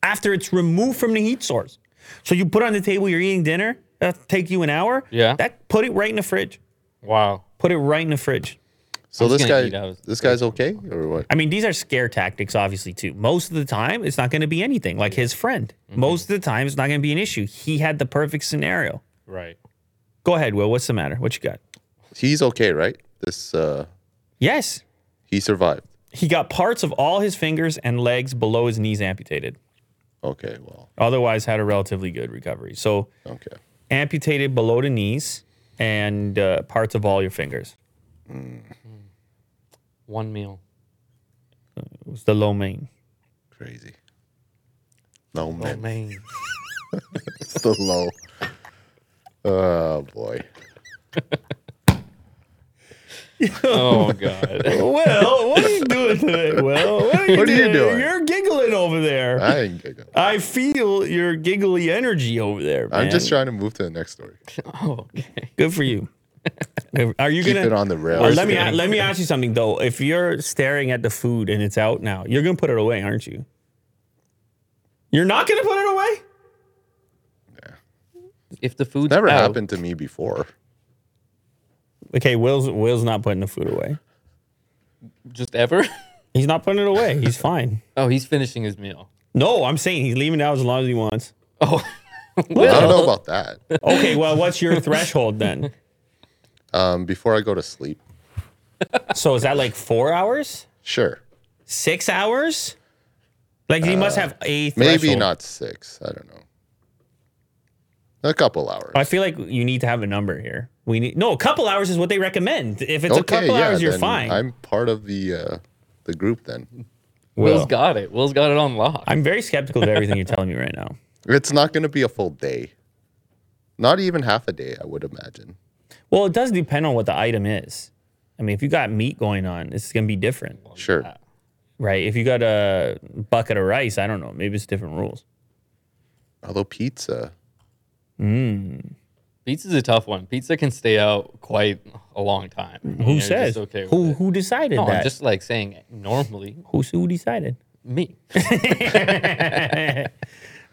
Speaker 3: After it's removed from the heat source. So you put it on the table, you're eating dinner, that take you an hour.
Speaker 2: Yeah.
Speaker 3: That put it right in the fridge.
Speaker 2: Wow.
Speaker 3: Put it right in the fridge.
Speaker 4: So
Speaker 2: I'm just
Speaker 4: this
Speaker 2: gonna
Speaker 4: guy,
Speaker 2: eat out.
Speaker 4: this guy's okay or what?
Speaker 3: I mean, these are scare tactics, obviously, too. Most of the time, it's not going to be anything like his friend. Most of the time, it's not going to be an issue. He had the perfect scenario.
Speaker 2: Right.
Speaker 3: Go ahead, Will. What's the matter? What you got?
Speaker 4: He's okay, right? This uh,
Speaker 3: Yes.
Speaker 4: he survived.
Speaker 3: He got parts of all his fingers and legs below his knees amputated.
Speaker 4: Okay, well,
Speaker 3: Otherwise, had a relatively good recovery. So,
Speaker 4: okay.
Speaker 3: amputated below the knees and uh, parts of all your fingers.
Speaker 2: One meal.
Speaker 3: It was the low
Speaker 4: [laughs]
Speaker 3: main.
Speaker 4: Crazy. No
Speaker 2: Oh
Speaker 4: man,
Speaker 2: man.
Speaker 4: it's [laughs] the low. Oh boy.
Speaker 2: [laughs] [laughs] oh god.
Speaker 3: Well, what are you doing today?
Speaker 4: [laughs]
Speaker 3: Well, what are you,
Speaker 4: What are you
Speaker 3: doing?
Speaker 4: doing?
Speaker 3: You're giggling over there.
Speaker 4: I ain't giggle.
Speaker 3: I feel your giggly energy over there. Man.
Speaker 4: I'm just trying to move to the next story.
Speaker 2: Oh, okay.
Speaker 3: Good for
Speaker 4: [laughs]
Speaker 3: you. Are you
Speaker 4: Keep
Speaker 3: gonna
Speaker 4: it on the rails.
Speaker 3: Well, let me
Speaker 2: Where's the-
Speaker 3: let me ask you something though. If you're staring at the food and it's out now, you're gonna put it away, aren't you? You're not gonna put it away.
Speaker 2: If the food's
Speaker 4: Never
Speaker 2: out,
Speaker 4: happened to me before.
Speaker 3: Okay, Will's Will's not putting the food away.
Speaker 2: just ever. [laughs]
Speaker 3: He's not putting it away.
Speaker 4: [laughs]
Speaker 3: He's fine.
Speaker 2: Oh, he's finishing his meal.
Speaker 3: No, I'm saying he's leaving it out as long as he wants.
Speaker 2: Oh,
Speaker 4: I don't know about that.
Speaker 3: Okay, well, what's
Speaker 4: [laughs]
Speaker 3: your threshold then?
Speaker 4: Um, before I go to sleep,
Speaker 3: So is that like four hours,
Speaker 4: sure.
Speaker 3: six hours? Like he must have a threshold.
Speaker 4: Uh, Maybe not six. I don't know. A couple hours.
Speaker 3: I feel like you need to have a number here. We need no. A couple hours is what they recommend. If it's a couple hours, you're
Speaker 4: then
Speaker 3: fine.
Speaker 4: I'm part of the uh, the group then.
Speaker 2: Will's got it. Will's got it on lock.
Speaker 3: I'm very skeptical of everything you're telling me right now.
Speaker 4: It's not going to be a full day. Not even half a day, I would imagine.
Speaker 3: Well, it does depend on what the item is. I mean, if you got meat going on, it's gonna be different,
Speaker 4: Sure.
Speaker 3: right? If you got a bucket of rice, I don't know. Maybe it's different rules.
Speaker 4: Although pizza,
Speaker 2: Pizza's a tough one. Pizza can stay out quite a long time. I mean,
Speaker 3: Who
Speaker 2: you're just
Speaker 3: says?
Speaker 2: okay with
Speaker 3: who
Speaker 2: it.
Speaker 3: who decided
Speaker 2: No, I'm
Speaker 3: that?
Speaker 2: just like saying normally
Speaker 3: who who decided? [laughs]
Speaker 2: me.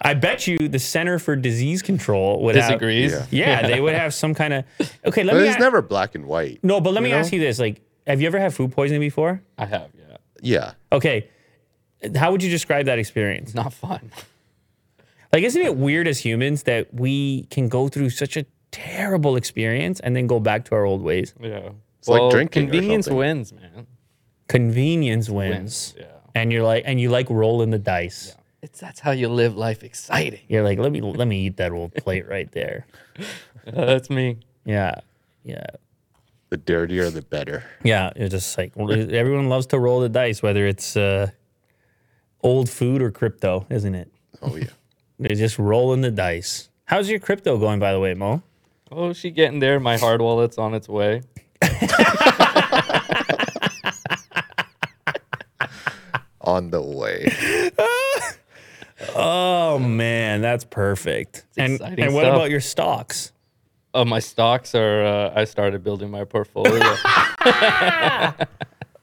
Speaker 3: I bet you the Center for Disease Control would
Speaker 2: Disagrees.
Speaker 4: Yeah.
Speaker 3: Have,
Speaker 2: [laughs]
Speaker 3: yeah, they would have some kind of. Okay, let
Speaker 4: but
Speaker 3: me.
Speaker 4: it's
Speaker 3: a-
Speaker 4: never black and white.
Speaker 3: no, but let me
Speaker 4: know?
Speaker 3: ask you this: like, have you ever had food poisoning before?
Speaker 2: I have, yeah.
Speaker 4: Yeah.
Speaker 3: Okay, how would you describe that experience?
Speaker 2: It's not fun. [laughs]
Speaker 3: Like, isn't it weird as humans that we can go through such a terrible experience and then go back to our old ways?
Speaker 2: Yeah. It's
Speaker 4: like drinking or
Speaker 2: Convenience
Speaker 4: something.
Speaker 2: wins, man.
Speaker 3: Convenience wins.
Speaker 2: Yeah.
Speaker 3: And you're like, and you like rolling the dice.
Speaker 2: It's that's how you live
Speaker 3: [laughs]
Speaker 2: life exciting.
Speaker 3: You're like, let me let me eat that old plate right there.
Speaker 2: Uh, that's me.
Speaker 3: [laughs] Yeah, yeah,
Speaker 4: The dirtier, the better.
Speaker 3: yeah. You're just like well, everyone loves to roll the dice, whether it's uh, old food or crypto, isn't it?
Speaker 4: Oh,
Speaker 3: [laughs]
Speaker 4: yeah.
Speaker 3: They're just rolling the dice. How's your crypto going, by the way, Mo?
Speaker 2: Oh, she getting there. My hard wallet's on its way.
Speaker 4: On the way.
Speaker 3: Oh man, that's perfect. And
Speaker 2: exciting
Speaker 3: and what
Speaker 2: stuff.
Speaker 3: about your stocks?
Speaker 2: Uh, my stocks are. Uh, I started building my
Speaker 3: [laughs]
Speaker 2: portfolio.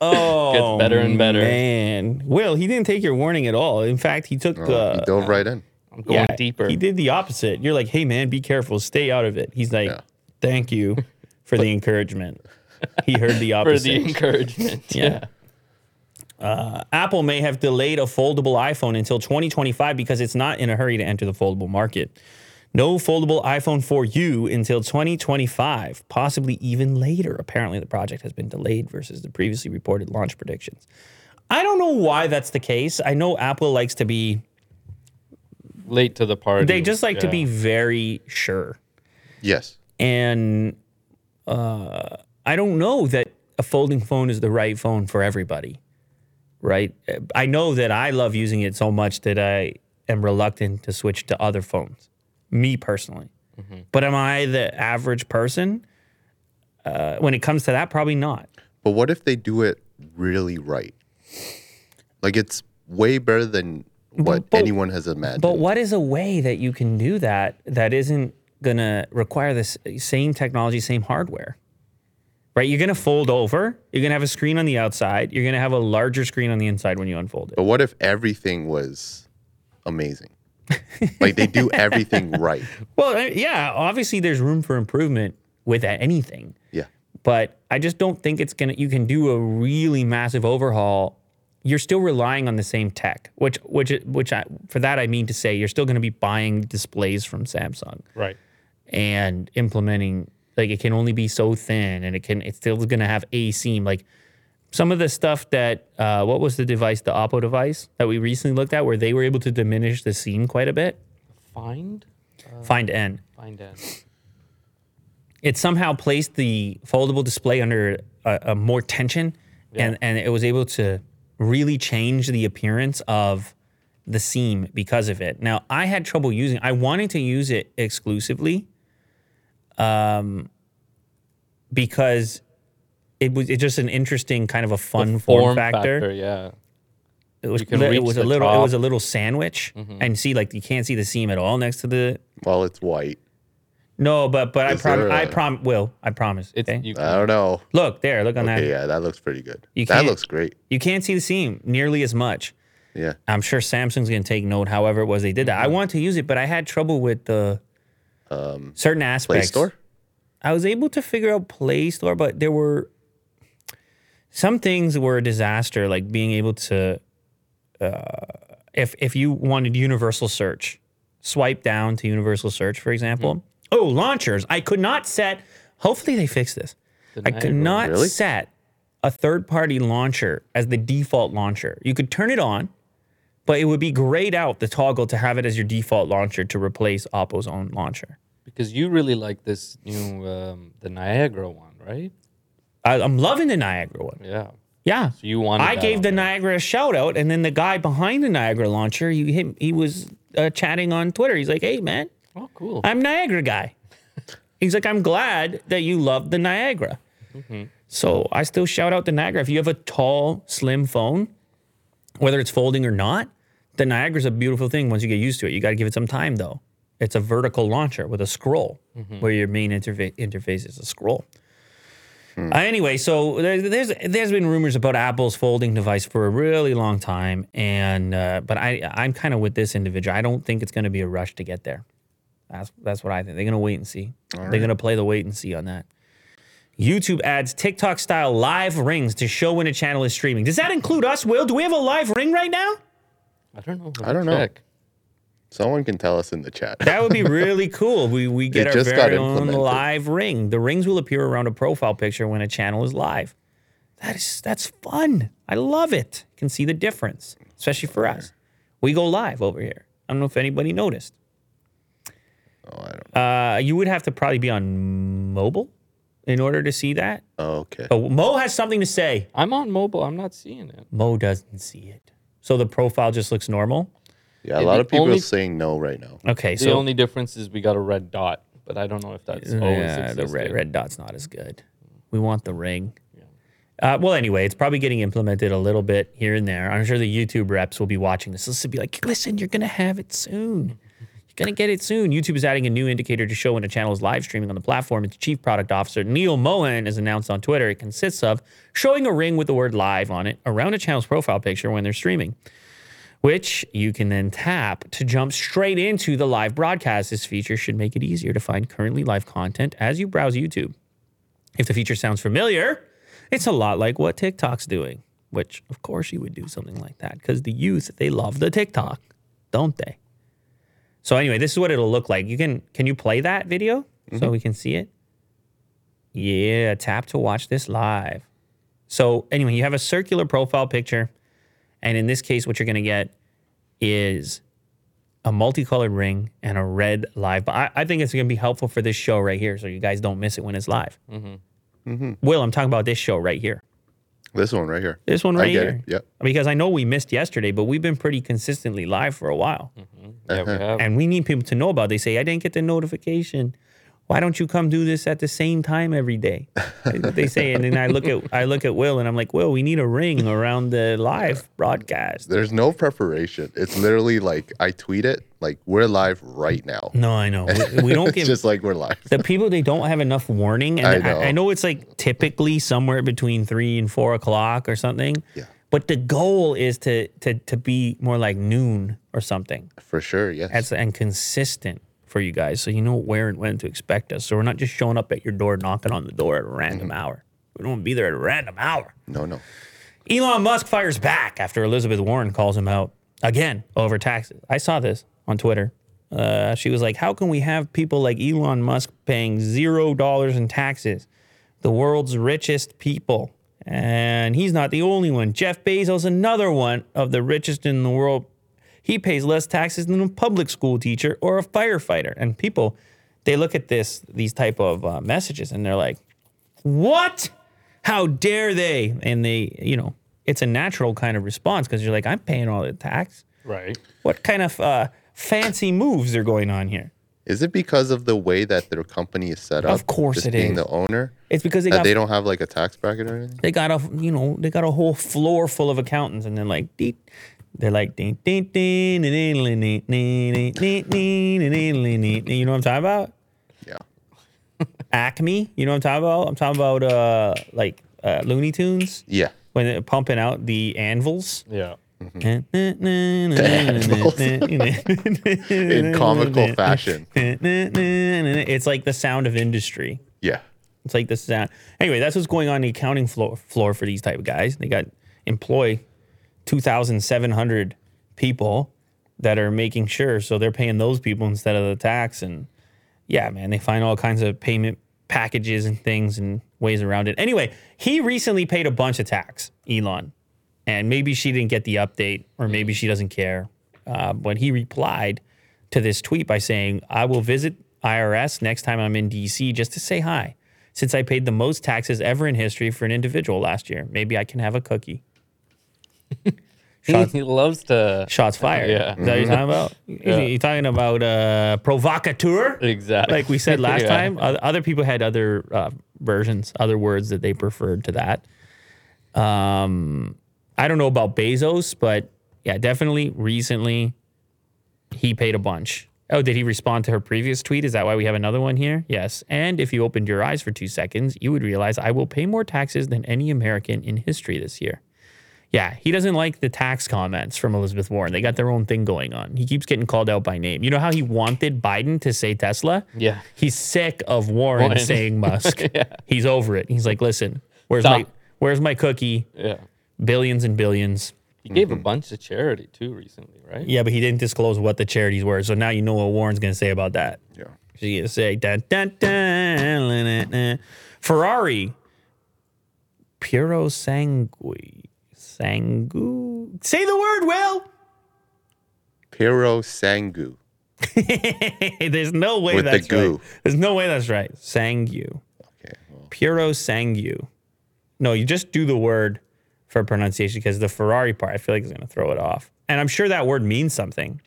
Speaker 3: Oh,
Speaker 2: Gets better and better.
Speaker 3: Man, Will, he didn't take your warning at all. In fact, he took
Speaker 4: Oh,
Speaker 3: uh,
Speaker 4: you dove right in.
Speaker 2: I'm going
Speaker 3: yeah,
Speaker 2: deeper.
Speaker 3: He did the opposite. You're like, hey man, be careful, stay out of it. He's like,
Speaker 4: Yeah.
Speaker 3: thank you for the encouragement. He heard the
Speaker 2: [laughs] for
Speaker 3: opposite.
Speaker 2: the encouragement.
Speaker 3: [laughs] Yeah. Uh, Apple may have delayed a foldable iPhone until 2025 because it's not in a hurry to enter the foldable market. No foldable iPhone for you until 2025, possibly even later. Apparently, the project has been delayed versus the previously reported launch predictions. I don't know why that's the case. I know Apple likes to be,
Speaker 2: Late to the party.
Speaker 3: they just like to
Speaker 2: Yeah.
Speaker 3: be very sure.
Speaker 4: Yes.
Speaker 3: And uh, I don't know that a folding phone is the right phone for everybody, right? Uh, I know that I love using it so much that I am reluctant to switch to other phones, me personally. But am I the average person? Uh, when it comes to that, probably not.
Speaker 4: But what if they do it really right? Like it's way better than what
Speaker 3: but-
Speaker 4: anyone has imagined.
Speaker 3: But what is a way that you can do that that isn't gonna require the s- same technology, same hardware? Right? You're gonna fold over. You're gonna have a screen on the outside. You're gonna have a larger screen on the inside when you unfold it.
Speaker 4: But what if everything was amazing? like
Speaker 3: [laughs]
Speaker 4: they do everything right.
Speaker 3: uh, Well, I- yeah. Obviously, there's room for improvement with a- anything.
Speaker 4: Yeah.
Speaker 3: But I just don't think it's gonna. You can do a really massive overhaul. You're still relying on the same tech, which which which I for that I mean to say you're still going to be buying displays from Samsung
Speaker 2: Right.
Speaker 3: and implementing like it can only be so thin and it can it's still going to have a seam like some of the stuff that uh, what was the device the oppo device that we recently looked at where they were able to diminish the seam quite a bit
Speaker 2: Find.
Speaker 3: find n
Speaker 2: Find N.
Speaker 3: it somehow placed the foldable display under a, a more tension and, and it was able to really change the appearance of the seam because of it. Now, I had trouble using I wanted to use it exclusively um, because it was it's just an interesting kind of a fun form, factor
Speaker 2: Yeah.
Speaker 3: it was,
Speaker 2: can
Speaker 3: li- it
Speaker 2: reach
Speaker 3: was a
Speaker 2: the
Speaker 3: little it
Speaker 2: top. Mm-hmm.
Speaker 3: was a little sandwich and see like you can't see the seam at all next to the
Speaker 4: While it's white,
Speaker 3: no but but I
Speaker 4: Is
Speaker 3: prom
Speaker 4: there
Speaker 3: I
Speaker 4: a-
Speaker 3: prom will I promise
Speaker 2: It's
Speaker 3: okay?
Speaker 2: you can,
Speaker 4: I don't know.
Speaker 3: look there look on that
Speaker 4: Okay, yeah, that looks pretty good.
Speaker 3: You
Speaker 4: That
Speaker 3: can't-
Speaker 4: looks great.
Speaker 3: You can't see the seam nearly as much.
Speaker 4: Yeah,
Speaker 3: I'm sure Samsung's going to take note. However, it was they did that. I
Speaker 4: Mm-hmm.
Speaker 3: want to use it, but I had trouble with the certain
Speaker 4: Um, Play
Speaker 3: aspects.
Speaker 4: Store.
Speaker 3: I was able to figure out Play Store, but there were some things were a disaster, like being able to, uh, if if you wanted universal search, swipe down to universal search, for example. Oh, launchers! I could not set. Hopefully, they fix this. I could
Speaker 2: Deniable.
Speaker 3: not
Speaker 4: Really?
Speaker 3: set a third-party launcher as the default launcher. You could turn it on, but it would be grayed out the toggle to have it as your default launcher to replace Oppo's own launcher.
Speaker 2: because you really like this new um, the Niagara one, right?
Speaker 3: I, I'm loving the Niagara one.
Speaker 2: Yeah.
Speaker 3: Yeah.
Speaker 2: So you wanted.
Speaker 3: I
Speaker 2: that
Speaker 3: gave
Speaker 2: on
Speaker 3: the
Speaker 2: there.
Speaker 3: Niagara a shout out, and then the guy behind the Niagara launcher, he he, he was uh, chatting on Twitter. He's like, "Hey man,
Speaker 2: Oh, cool.
Speaker 3: I'm Niagara guy." He's like, "I'm glad that you love the Niagara." So I still shout out the Niagara. If you have a tall, slim phone, whether it's folding or not, the Niagara's a beautiful thing. Once you get used to it, you got to give it some time though. It's a vertical launcher with a scroll, where your main interfa- interface is a scroll. Uh, anyway, so there, there's there's been rumors about Apple's folding device for a really long time, and uh, but I I'm kind of with this individual. I don't think it's going to be a rush to get there. That's that's what I think. They're going to wait and see. They're going to play the wait and see on that. YouTube adds TikTok style live rings to show when a channel is streaming. Does that include us, Will? Do we have a live ring right now?
Speaker 2: I don't know.
Speaker 4: I don't know. Someone can tell us in the chat.
Speaker 3: That
Speaker 4: [laughs]
Speaker 3: would be really cool. We we get
Speaker 4: It
Speaker 3: our
Speaker 4: just got
Speaker 3: very own
Speaker 4: implemented.
Speaker 3: live ring. The rings will appear around a profile picture when a channel is live. That is that's fun. I love it. Can see the difference, especially for us. We go live over here. I don't know if anybody noticed.
Speaker 4: oh, I don't.
Speaker 3: Uh, you would have to probably be on mobile in order to see that.
Speaker 4: Oh, okay.
Speaker 3: Oh, Mo has something to say.
Speaker 2: I'm on mobile. I'm not seeing it.
Speaker 3: Mo doesn't see it. So the profile just looks normal.
Speaker 4: yeah, a
Speaker 2: the
Speaker 4: lot of people
Speaker 2: only-
Speaker 4: are saying no right now.
Speaker 3: Okay,
Speaker 2: The
Speaker 3: so Oh,
Speaker 2: only difference is we got a red dot, but I don't know if that's always
Speaker 3: yeah, the red
Speaker 2: existed.
Speaker 3: red dot's not as good. We want the ring. Uh, well, anyway, it's probably getting implemented a little bit here and there. I'm sure the YouTube reps will be watching this. This will be like, listen, you're gonna have it soon. You're gonna get it soon. YouTube is adding a new indicator to show when a channel is live streaming on the platform. Its chief product officer Neil Mohan has announced on Twitter. It consists of showing a ring with the word "live" on it around a channel's profile picture when they're streaming which you can then tap to jump straight into the live broadcast. This feature should make it easier to find currently live content as you browse YouTube. If the feature sounds familiar, it's a lot like what TikTok's doing, which of course you would do something like that because the youth, they love the TikTok, don't they? So anyway, this is what it'll look like. You can can you play that video so we can see it? Yeah, tap to watch this live. So anyway, you have a circular profile picture. And in this case, what you're going to get is a multicolored ring and a red live. But I, I think it's going to be helpful for this show right here, so you guys don't miss it when it's live.
Speaker 4: Mm-hmm.
Speaker 3: Will, I'm talking about this show right here.
Speaker 4: This one right here.
Speaker 3: This one
Speaker 4: I
Speaker 3: right
Speaker 4: get
Speaker 3: here.
Speaker 4: it. Yep.
Speaker 3: Because I know we missed yesterday, but we've been pretty consistently live for a while.
Speaker 2: Yeah,
Speaker 4: Uh-huh.
Speaker 2: we have.
Speaker 3: And we need people to know about. it. They say, I didn't get the notification. Why don't you come do this at the same time every
Speaker 4: [laughs]
Speaker 3: day? That's what they say. And then I look at I look at Will and I'm like, Will, we need a ring around the live broadcast.
Speaker 4: There's no preparation. It's literally like I tweet it like we're live right now.
Speaker 3: No, I know. We, [laughs] we don't
Speaker 4: [laughs] it's
Speaker 3: give
Speaker 4: just like we're live.
Speaker 3: the people they don't have enough warning and
Speaker 4: I
Speaker 3: I know.
Speaker 4: know.
Speaker 3: I, know it's like typically somewhere between three and four o'clock or something
Speaker 4: Yeah.
Speaker 3: but the goal is to to to be more like noon or something
Speaker 4: For sure. Yes.
Speaker 3: that's and consistent for you guys so you know where and when to expect us. So we're not just showing up at your door, knocking on the door at a
Speaker 4: Mm-hmm.
Speaker 3: random hour. We don't want to be there at a random hour.
Speaker 4: No, no.
Speaker 3: Elon Musk fires back after Elizabeth Warren calls him out again over taxes. I saw this on Twitter. Uh, she was like, How can we have people like Elon Musk paying zero dollars in taxes? The world's richest people. And he's not the only one. Jeff Bezos, another one of the richest in the world. He pays less taxes than a public school teacher or a firefighter. And people, they look at this, these type of uh, messages, and they're like, what? How dare they? And they, you know, it's a natural kind of response because you're like, I'm paying all the tax.
Speaker 2: Right.
Speaker 3: What kind of uh, fancy moves are going on here?
Speaker 4: Is it because of the way that their company is set up?
Speaker 3: Of course
Speaker 4: just
Speaker 3: it
Speaker 4: being
Speaker 3: is.
Speaker 4: the owner,
Speaker 3: It's because they
Speaker 4: that
Speaker 3: got
Speaker 4: Uh, they
Speaker 3: they,
Speaker 4: don't have like a tax bracket or anything.
Speaker 3: got a you know they got a whole floor full of accountants, and they're like, "Deet." they're like, "Ding, ding, ding, ding, ding, ding, ding, ding, ding, ding, ding, ding, ding, ding, ding." you know what I'm talking about?
Speaker 4: Yeah.
Speaker 3: [laughs] Acme, you know what I'm talking about? I'm talking about uh like uh, Looney Tunes
Speaker 4: Yeah.
Speaker 3: when they're pumping out the anvils.
Speaker 2: Yeah.
Speaker 4: In
Speaker 3: [laughs] in
Speaker 4: comical fashion.
Speaker 3: It's like the sound of industry.
Speaker 4: Yeah.
Speaker 3: It's like the sound. Anyway, that's what's going on in the accounting floor, floor for these type of guys. They got employ 2,700 people that are making sure. So they're paying those people instead of the tax. And yeah, man, they find all kinds of payment packages and things and ways around it. Anyway, he recently paid a bunch of tax, Elon. And maybe she didn't get the update or maybe she doesn't care. Uh, but he replied to this tweet by saying, I will visit IRS next time I'm in DC just to say hi. Since I paid the most taxes ever in history for an individual last year, maybe I can have a cookie.
Speaker 2: He, he loves to.
Speaker 3: Shots fired.
Speaker 2: Yeah.
Speaker 3: Is that what you're talking about? You're talking about uh, provocateur?
Speaker 2: Exactly.
Speaker 3: like we said last
Speaker 2: [laughs] Yeah.
Speaker 3: time. oth- Other people had other uh, versions, other words that they preferred to that. Um, I don't know about Bezos, but yeah, definitely recently he paid a bunch. Oh, did he respond to her previous tweet? Is that why we have another one here? Yes. And if you opened your eyes for two seconds, you would realize I will pay more taxes than any American in history this year. Yeah, he doesn't like the tax comments from Elizabeth Warren. They got their own thing going on. He keeps getting called out by name. You know how he wanted Biden to say Tesla?
Speaker 2: Yeah.
Speaker 3: He's sick of Warren,
Speaker 2: Warren. [laughs]
Speaker 3: saying Musk. He's over it. He's like, listen, where's
Speaker 2: Stop.
Speaker 3: my where's my cookie?
Speaker 2: Yeah.
Speaker 3: Billions and billions.
Speaker 2: He gave
Speaker 4: Mm-hmm.
Speaker 2: a bunch to charity too recently, right?
Speaker 3: Yeah, but he didn't disclose what the charities were. So now you know what Warren's gonna say about that.
Speaker 4: Yeah.
Speaker 3: She's gonna say dun, dun, dun, la, na, na. Ferrari. Puro sangue. Sangu. Say the word, Will.
Speaker 4: Piro Sangu.
Speaker 3: [laughs] There's no way
Speaker 4: With the
Speaker 3: that's right.
Speaker 4: goo.
Speaker 3: There's no way that's right. Sangu.
Speaker 4: Okay. Well,
Speaker 3: Puro sangu. No, you just do the word for pronunciation because the Ferrari part, I feel like is going to throw it off. And I'm sure that word means something.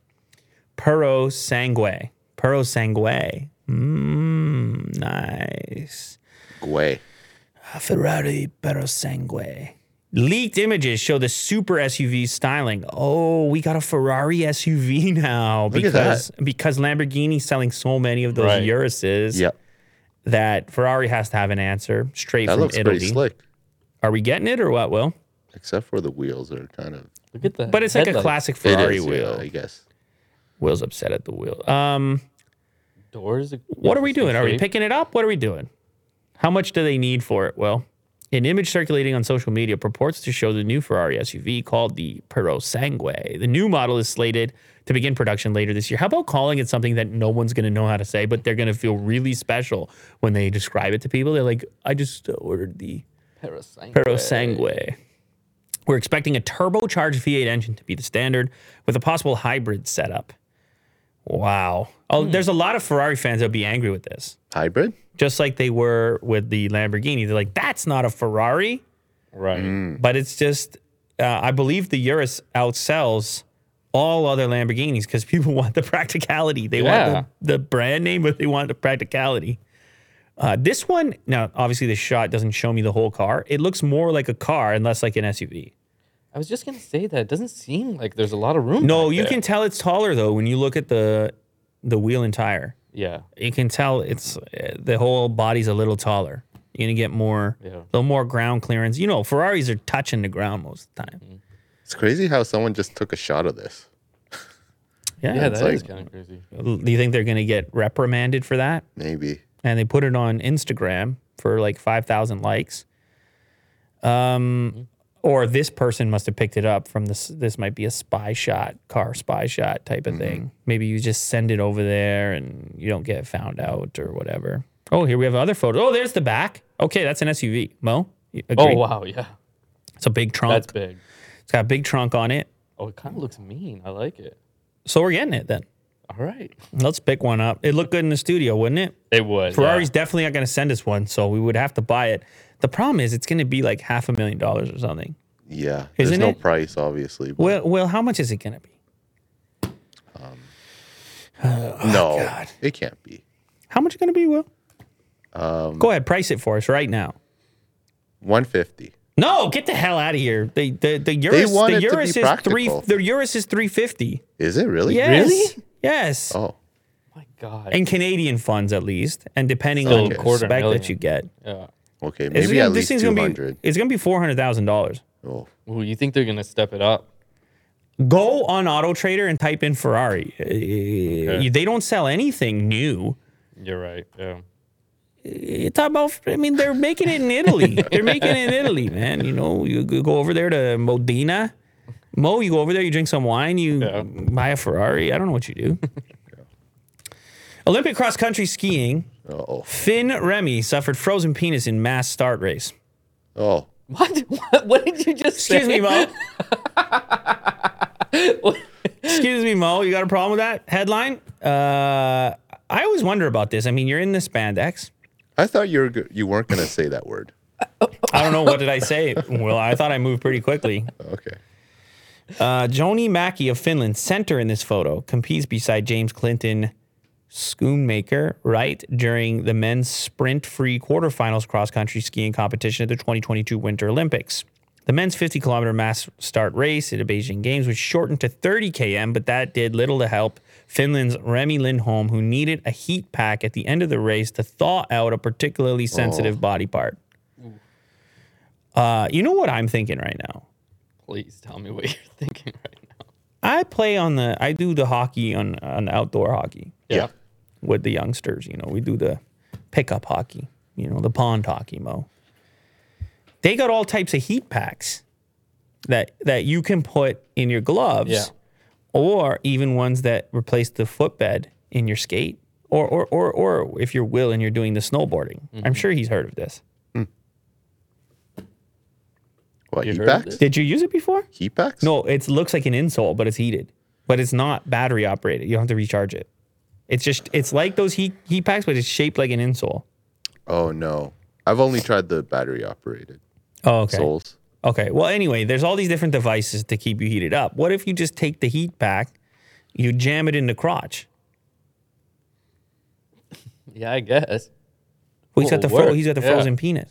Speaker 3: Puro sangue. Puro sangue. Mmm, nice.
Speaker 4: Gway.
Speaker 3: A Ferrari Puro sangue. Leaked images show the super SUV styling. Oh, we got a Ferrari SUV [laughs] now
Speaker 4: Look at
Speaker 3: because because Lamborghini's selling so many of those
Speaker 2: Right.
Speaker 3: Uruses
Speaker 4: Yeah.
Speaker 3: that Ferrari has to have an answer straight
Speaker 4: That
Speaker 3: from
Speaker 4: looks
Speaker 3: Italy.
Speaker 4: pretty slick.
Speaker 3: Are we getting it or what, Will?
Speaker 4: Except for the wheels are kind of.
Speaker 2: Look at that.
Speaker 3: But it's like a classic Ferrari
Speaker 4: It is, yeah,
Speaker 3: wheel.
Speaker 4: I guess.
Speaker 3: Will's upset at the wheel. Um,
Speaker 2: Doors.
Speaker 3: what are we doing? Are we picking it up? What are we doing? How much do they need for it, Will? An image circulating on social media purports to show the new Ferrari SUV called the Puro Sangue. The new model is slated to begin production later this year. How about calling it something that no one's going to know how to say, but they're going to feel really special when they describe it to people? They're like, I just ordered the Pero Sangue. We're expecting a turbocharged V8 engine to be the standard with a possible hybrid setup. Wow. Oh, there's a lot of Ferrari fans that would be angry with this.
Speaker 4: Hybrid?
Speaker 3: Just like they were with the Lamborghini. They're like, that's not a Ferrari.
Speaker 2: Right.
Speaker 4: Mm.
Speaker 3: But it's just, uh, I believe the Urus outsells all other Lamborghinis because people [laughs] want the practicality. They
Speaker 2: Yeah.
Speaker 3: want the, the brand name, but they want the practicality. Uh, this one, now, obviously, the shot doesn't show me the whole car. It looks more like a car and less like an SUV.
Speaker 2: I was just gonna say that. It doesn't seem like there's a lot of room.
Speaker 3: No,
Speaker 2: back
Speaker 3: you
Speaker 2: there.
Speaker 3: can tell it's taller though when you look at the the wheel and tire.
Speaker 2: Yeah.
Speaker 3: You can tell it's uh, the whole body's a little taller. You're gonna get more,
Speaker 2: Yeah.
Speaker 3: a little more ground clearance. You know, Ferraris are touching the ground most of the time.
Speaker 4: It's crazy how someone just took a shot of this.
Speaker 3: [laughs] Yeah.
Speaker 2: Yeah, that
Speaker 4: [laughs] it's
Speaker 2: is
Speaker 4: like-
Speaker 2: kind of crazy.
Speaker 3: Do you think they're going to get reprimanded for that?
Speaker 4: Maybe.
Speaker 3: And they put it on Instagram for like 5,000 likes. Um,
Speaker 2: Mm-hmm.
Speaker 3: Or this person must have picked it up from this. This might be a spy shot, car spy shot type
Speaker 2: Mm-hmm.
Speaker 3: of thing. Maybe you just send it over there and you don't get found out or whatever. Oh, here we have other photos. Oh, there's the back. Okay, that's an SUV. Mo? you
Speaker 2: Oh
Speaker 3: agree?
Speaker 2: wow, yeah,
Speaker 3: It's a big trunk.
Speaker 2: that's big.
Speaker 3: It's got a big trunk on it.
Speaker 2: Oh, it kind of looks mean. I like it.
Speaker 3: So we're getting it then.
Speaker 2: All right,
Speaker 3: Let's pick one up. It looked good in the studio, wouldn't it?
Speaker 2: they would.
Speaker 3: Ferrari's definitely not going to send us one, so we would have to buy it. The problem is it's going to be like half a million dollars or something.
Speaker 4: Yeah.
Speaker 3: Isn't
Speaker 4: There's no
Speaker 3: it?
Speaker 4: price, obviously. But
Speaker 3: Well, well, how much is it going to be? Oh
Speaker 4: no, it can't be.
Speaker 3: How much going to be, Will?
Speaker 4: Um,
Speaker 3: Go ahead, price it for us right now.
Speaker 4: 150.
Speaker 3: No, get the hell out of here. The the the
Speaker 4: They
Speaker 3: Urus
Speaker 4: want
Speaker 3: the
Speaker 4: it to be
Speaker 3: Urus is three
Speaker 4: practical.
Speaker 3: the Urus is 350.
Speaker 4: Is it really?
Speaker 3: Yes. Yes.
Speaker 4: Oh,
Speaker 2: Yeah. My God.
Speaker 3: In Canadian funds at least, and depending
Speaker 2: Still
Speaker 3: on
Speaker 4: a
Speaker 3: the
Speaker 2: quarter
Speaker 3: spec
Speaker 2: million.
Speaker 3: that you get.
Speaker 2: yeah.
Speaker 4: okay.
Speaker 3: It's
Speaker 4: Maybe
Speaker 3: gonna-
Speaker 4: at least
Speaker 3: thing's gonna be-
Speaker 4: 200.
Speaker 3: it's going to be $400,000.
Speaker 4: Oh,
Speaker 2: Ooh, you think they're gonna step it up?
Speaker 3: go on Auto Trader and type in Ferrari. Uh, They don't sell anything new.
Speaker 2: You're right. Yeah.
Speaker 3: You talk about, I mean, they're making it in
Speaker 4: [laughs]
Speaker 3: Italy. they're making it in Italy, man. You know, you go go over there to Modena. Mo, you go over there, you drink some wine, you
Speaker 2: Yeah.
Speaker 3: buy a Ferrari. I don't know what you
Speaker 4: [laughs]
Speaker 3: do. Olympic cross country skiing.
Speaker 4: oh,
Speaker 3: Finn Remy suffered frozen penis in mass start race.
Speaker 4: oh.
Speaker 2: [laughs] What? what? What did you just say?
Speaker 3: Excuse me, Mo. Excuse me, Mo. You got a problem with that headline? Uh, I always wonder about this. I mean, you're in the spandex.
Speaker 4: I thought you were go- you weren't gonna say that word.
Speaker 3: I don't know what did I say. Well, I thought I moved pretty quickly.
Speaker 4: Okay.
Speaker 3: Uh, Joni Mackey of Finland, center in this photo, competes beside James Clinton Schoonmaker right during the men's sprint-free quarterfinals cross-country skiing competition at the 2022 Winter Olympics. The men's 50-kilometer mass start race at the Beijing Games was shortened to 30 km, but that did little to help Finland's Remy Lindholm, who needed a heat pack at the end of the race to thaw out a particularly sensitive body part. Uh, you know what I'm thinking right now?
Speaker 2: Please tell me what you're thinking right now.
Speaker 3: I play on the I do the hockey on on the outdoor hockey
Speaker 4: Yeah.
Speaker 3: with the youngsters, you know. We do the pickup hockey, you know, the pond hockey mo. They got all types of heat packs that that you can put in your gloves
Speaker 2: Yeah.
Speaker 3: or even ones that replace the footbed in your skate or or or or if you're Will and you're doing the snowboarding. I'm sure he's heard of this.
Speaker 4: What
Speaker 2: You
Speaker 4: heat
Speaker 2: heard of
Speaker 4: packs?
Speaker 2: this?
Speaker 3: Did you use it before?
Speaker 4: Heat packs?
Speaker 3: No, it looks like an insole, but it's heated. But it's not battery operated. You don't have to recharge it. It's just it's like those heat heat packs, but it's shaped like an insole.
Speaker 4: Oh no. I've only tried the battery operated
Speaker 3: Oh, okay.
Speaker 4: soles.
Speaker 3: Okay. Well, anyway, there's all these different devices to keep you heated up. What if you just take the heat pack, you jam it in the crotch?
Speaker 2: Yeah, I guess.
Speaker 3: Well, he's
Speaker 2: Well,
Speaker 3: got the
Speaker 2: it
Speaker 3: fro-
Speaker 2: worked,
Speaker 3: he's got the
Speaker 2: yeah.
Speaker 3: frozen penis.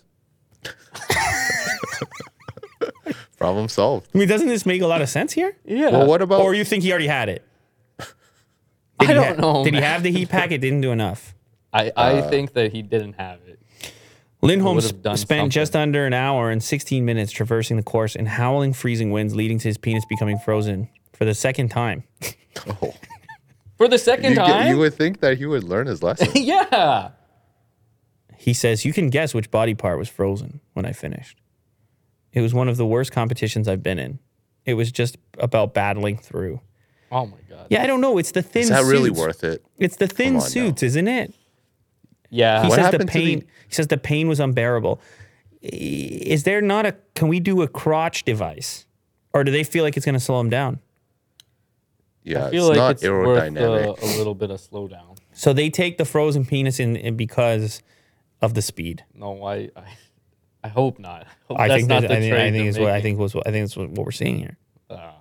Speaker 4: Problem solved.
Speaker 3: I mean, doesn't this make a lot of sense here?
Speaker 2: Yeah.
Speaker 4: Well, what about
Speaker 3: Or you think he already had it? Did
Speaker 2: [laughs] I
Speaker 3: he
Speaker 2: don't
Speaker 3: ha-
Speaker 2: know,
Speaker 3: Did he
Speaker 2: man.
Speaker 3: have the heat pack? It didn't do enough.
Speaker 2: I, I think that he didn't have it. I
Speaker 3: Lindholm
Speaker 2: would've
Speaker 3: sp-
Speaker 2: done
Speaker 3: spent
Speaker 2: something.
Speaker 3: just under an hour and 16 minutes traversing the course in howling freezing winds, leading to his penis becoming frozen for the second time.
Speaker 4: oh,
Speaker 2: For the
Speaker 4: you,
Speaker 2: second
Speaker 4: get-
Speaker 2: time?
Speaker 4: you would think that he would learn his lesson.
Speaker 2: [laughs] yeah.
Speaker 3: He says, You can guess which body part was frozen when I finished. It was one of the worst competitions I've been in. It was just about battling through.
Speaker 2: Oh my God.
Speaker 3: Yeah, I don't know. It's the thin
Speaker 4: Is that really
Speaker 3: suits.
Speaker 4: worth it?
Speaker 3: It's the
Speaker 4: Come
Speaker 3: thin
Speaker 4: on now.
Speaker 3: suits, isn't it?
Speaker 2: Yeah.
Speaker 3: He says
Speaker 4: What
Speaker 3: the
Speaker 4: happened to the-
Speaker 3: pain. He says the pain was unbearable. I- Is there not a? Can we do a crotch device, or do they feel like it's going to slow him down?
Speaker 4: Yeah,
Speaker 2: I feel
Speaker 4: it's
Speaker 2: like
Speaker 4: not
Speaker 2: it's worth
Speaker 4: aerodynamic.
Speaker 2: uh, a little bit of slowdown.
Speaker 3: So they take the frozen penis in, in because of the speed.
Speaker 2: No, I, I, I hope not. Hope
Speaker 3: I
Speaker 2: that's
Speaker 3: think
Speaker 2: not
Speaker 3: that,
Speaker 2: the
Speaker 3: I think,
Speaker 2: trade
Speaker 3: I think
Speaker 2: they're
Speaker 3: is what I
Speaker 2: making.
Speaker 3: think was what I think is what, what we're seeing here.
Speaker 2: Ah,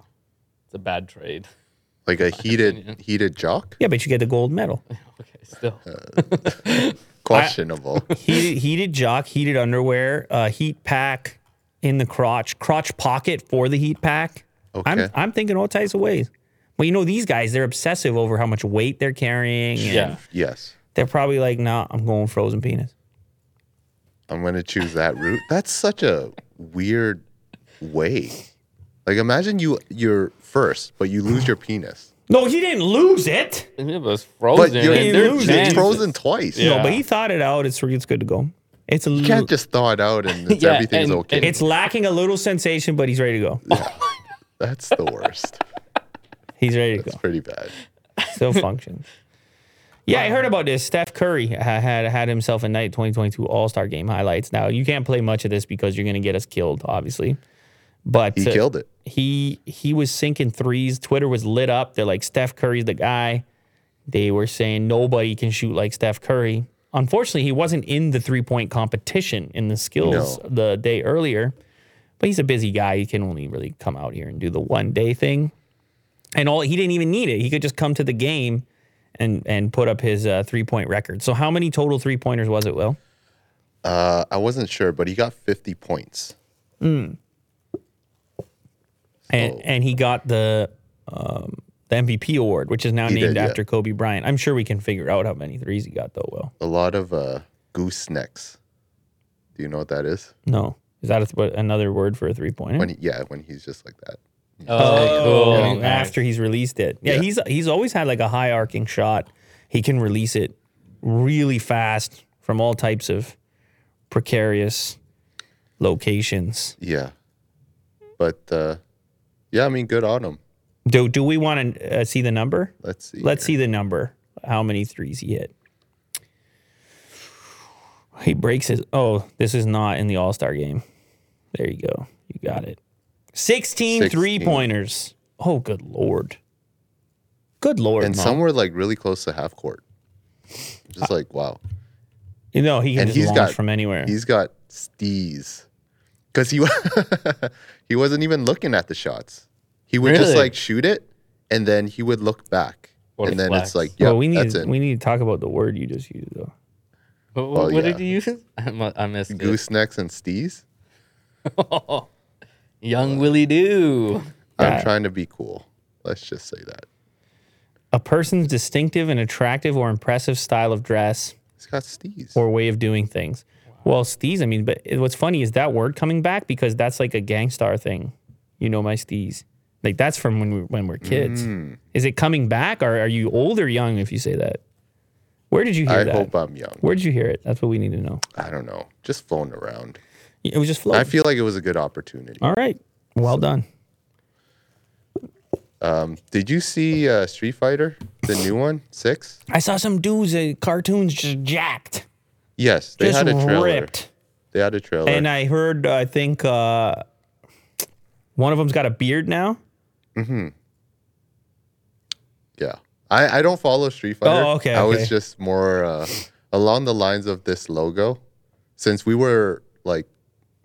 Speaker 2: it's a bad trade. [laughs]
Speaker 4: like a heated heated jock?
Speaker 3: Yeah, but you get the gold
Speaker 2: [laughs]
Speaker 3: medal.
Speaker 2: Okay, still. [laughs]
Speaker 4: Questionable.
Speaker 3: heated, heated jock, heated underwear, uh, heat pack in the crotch, crotch pocket for the heat pack. I'm
Speaker 4: Okay.
Speaker 3: I'm thinking all types of ways. Well, you know these guys, they're obsessive over how much weight they're carrying. and
Speaker 2: yeah.
Speaker 4: yes.
Speaker 3: they're probably like, nah, I'm going frozen penis.
Speaker 4: I'm gonna choose that route. That's such a weird way. Like imagine you you're first, but you lose your penis.
Speaker 3: No, he didn't lose it.
Speaker 2: It was frozen.
Speaker 4: But you're,
Speaker 2: and
Speaker 3: you
Speaker 2: they're
Speaker 3: lose
Speaker 4: you're
Speaker 3: it.
Speaker 2: jacked.
Speaker 4: frozen twice.
Speaker 2: Yeah.
Speaker 3: No, but he thought it out. It's it's good to go. It's a
Speaker 4: You
Speaker 3: little,
Speaker 4: can't just thaw it out and it's,
Speaker 2: Yeah,
Speaker 4: everything's
Speaker 2: and-
Speaker 4: okay.
Speaker 2: and-
Speaker 3: it's lacking a little sensation, but he's ready to go.
Speaker 4: That's the worst.
Speaker 3: He's ready to
Speaker 4: It's
Speaker 3: go.
Speaker 4: pretty bad. [laughs]
Speaker 3: Still functions. Yeah, I heard about this. Steph Curry ha- had had himself a night 2022 All Star Game highlights. Now you can't play much of this because you're gonna get us killed, obviously. But
Speaker 4: He
Speaker 3: uh,
Speaker 4: killed it.
Speaker 3: he he was sinking threes. Twitter was lit up. They're like Steph Curry's the guy. They were saying nobody can shoot like Steph Curry. Unfortunately, he wasn't in the three point competition in the skills
Speaker 4: No.
Speaker 3: the day earlier. But he's a busy guy. He can only really come out here and do the one day thing. And all he didn't even need it. He could just come to the game and and put up his uh, three point record. So how many total three pointers was it, Will?
Speaker 4: Uh, I wasn't sure, but he got 50 points.
Speaker 3: and
Speaker 4: So-
Speaker 3: and he got the um, the MVP award, which is now
Speaker 4: He
Speaker 3: named
Speaker 4: did, yeah.
Speaker 3: after Kobe Bryant. I'm sure we can figure out how many threes he got though. Will
Speaker 4: A lot of uh, goosenecks. Do you know what that is?
Speaker 3: no, is that a th- what, another word for a three pointer?
Speaker 4: When he, yeah, when he's just like that.
Speaker 2: Oh, cool. Nice.
Speaker 3: after he's released it, yeah,
Speaker 4: Yeah.
Speaker 3: he's he's always had like a high arcing shot. He can release it really fast from all types of precarious locations.
Speaker 4: Yeah. But uh, yeah, I mean, good on him.
Speaker 3: Do do we want to uh, see the number?
Speaker 4: Let's see.
Speaker 3: Let's see the number. How many threes he hit? He breaks his. Oh, this is not in the All Star game. There you go. You got it. 16,
Speaker 4: 16.
Speaker 3: three pointers. Oh, good lord. Good lord.
Speaker 4: And
Speaker 3: Mom.
Speaker 4: some were like really close to half court.
Speaker 2: Ah.
Speaker 4: Just like, wow.
Speaker 3: you know, he can
Speaker 4: and
Speaker 3: just
Speaker 4: he's
Speaker 3: launch
Speaker 4: got-
Speaker 3: from anywhere.
Speaker 4: He's got stees. Because he, [laughs] wa- he wasn't even looking at the shots. He would just
Speaker 2: Really?
Speaker 4: like shoot it and then he would look back.
Speaker 2: What a
Speaker 4: and then
Speaker 2: flex.
Speaker 4: it's like, yeah,
Speaker 3: Well, we need
Speaker 4: that's
Speaker 3: to,
Speaker 4: it.
Speaker 3: we need to talk about the word you just used though.
Speaker 2: What, what,
Speaker 4: Well,
Speaker 2: what
Speaker 4: Oh, yeah.
Speaker 2: did you use? [laughs] I, mu- I missed it.
Speaker 4: Goosenecks and stees.
Speaker 2: Young Willie Doo.
Speaker 4: I'm trying to be cool. Let's just say that.
Speaker 3: A person's distinctive and attractive or impressive style of dress
Speaker 4: He's got stees.
Speaker 3: or way of doing things. Well, steez, I mean, but it- what's funny is that word coming back because that's like a gangstar thing. You know my steez. Like that's from when we when we're kids.
Speaker 4: Mm.
Speaker 3: Is it coming back or are you old or young if you say that? Where did you hear
Speaker 4: I
Speaker 3: that?
Speaker 4: hope I'm young.
Speaker 3: Where did you hear it? That's what we need to know.
Speaker 4: I don't know. Just flown around.
Speaker 3: It was just floating.
Speaker 4: I feel like it was a good opportunity.
Speaker 3: All right. Well done.
Speaker 4: Did you see uh, Street Fighter, the new one, six?
Speaker 3: I saw some dudes uh, cartoons just jacked.
Speaker 4: Yes, they
Speaker 3: Just
Speaker 4: had a trailer.
Speaker 3: ripped.
Speaker 4: They had a trailer.
Speaker 3: And I heard uh, I think uh, one of them's got a beard now.
Speaker 4: yeah, I, I don't follow Street Fighter.
Speaker 3: Oh, okay,
Speaker 4: I
Speaker 3: okay.
Speaker 4: was just more uh, along the lines of this logo, since we were like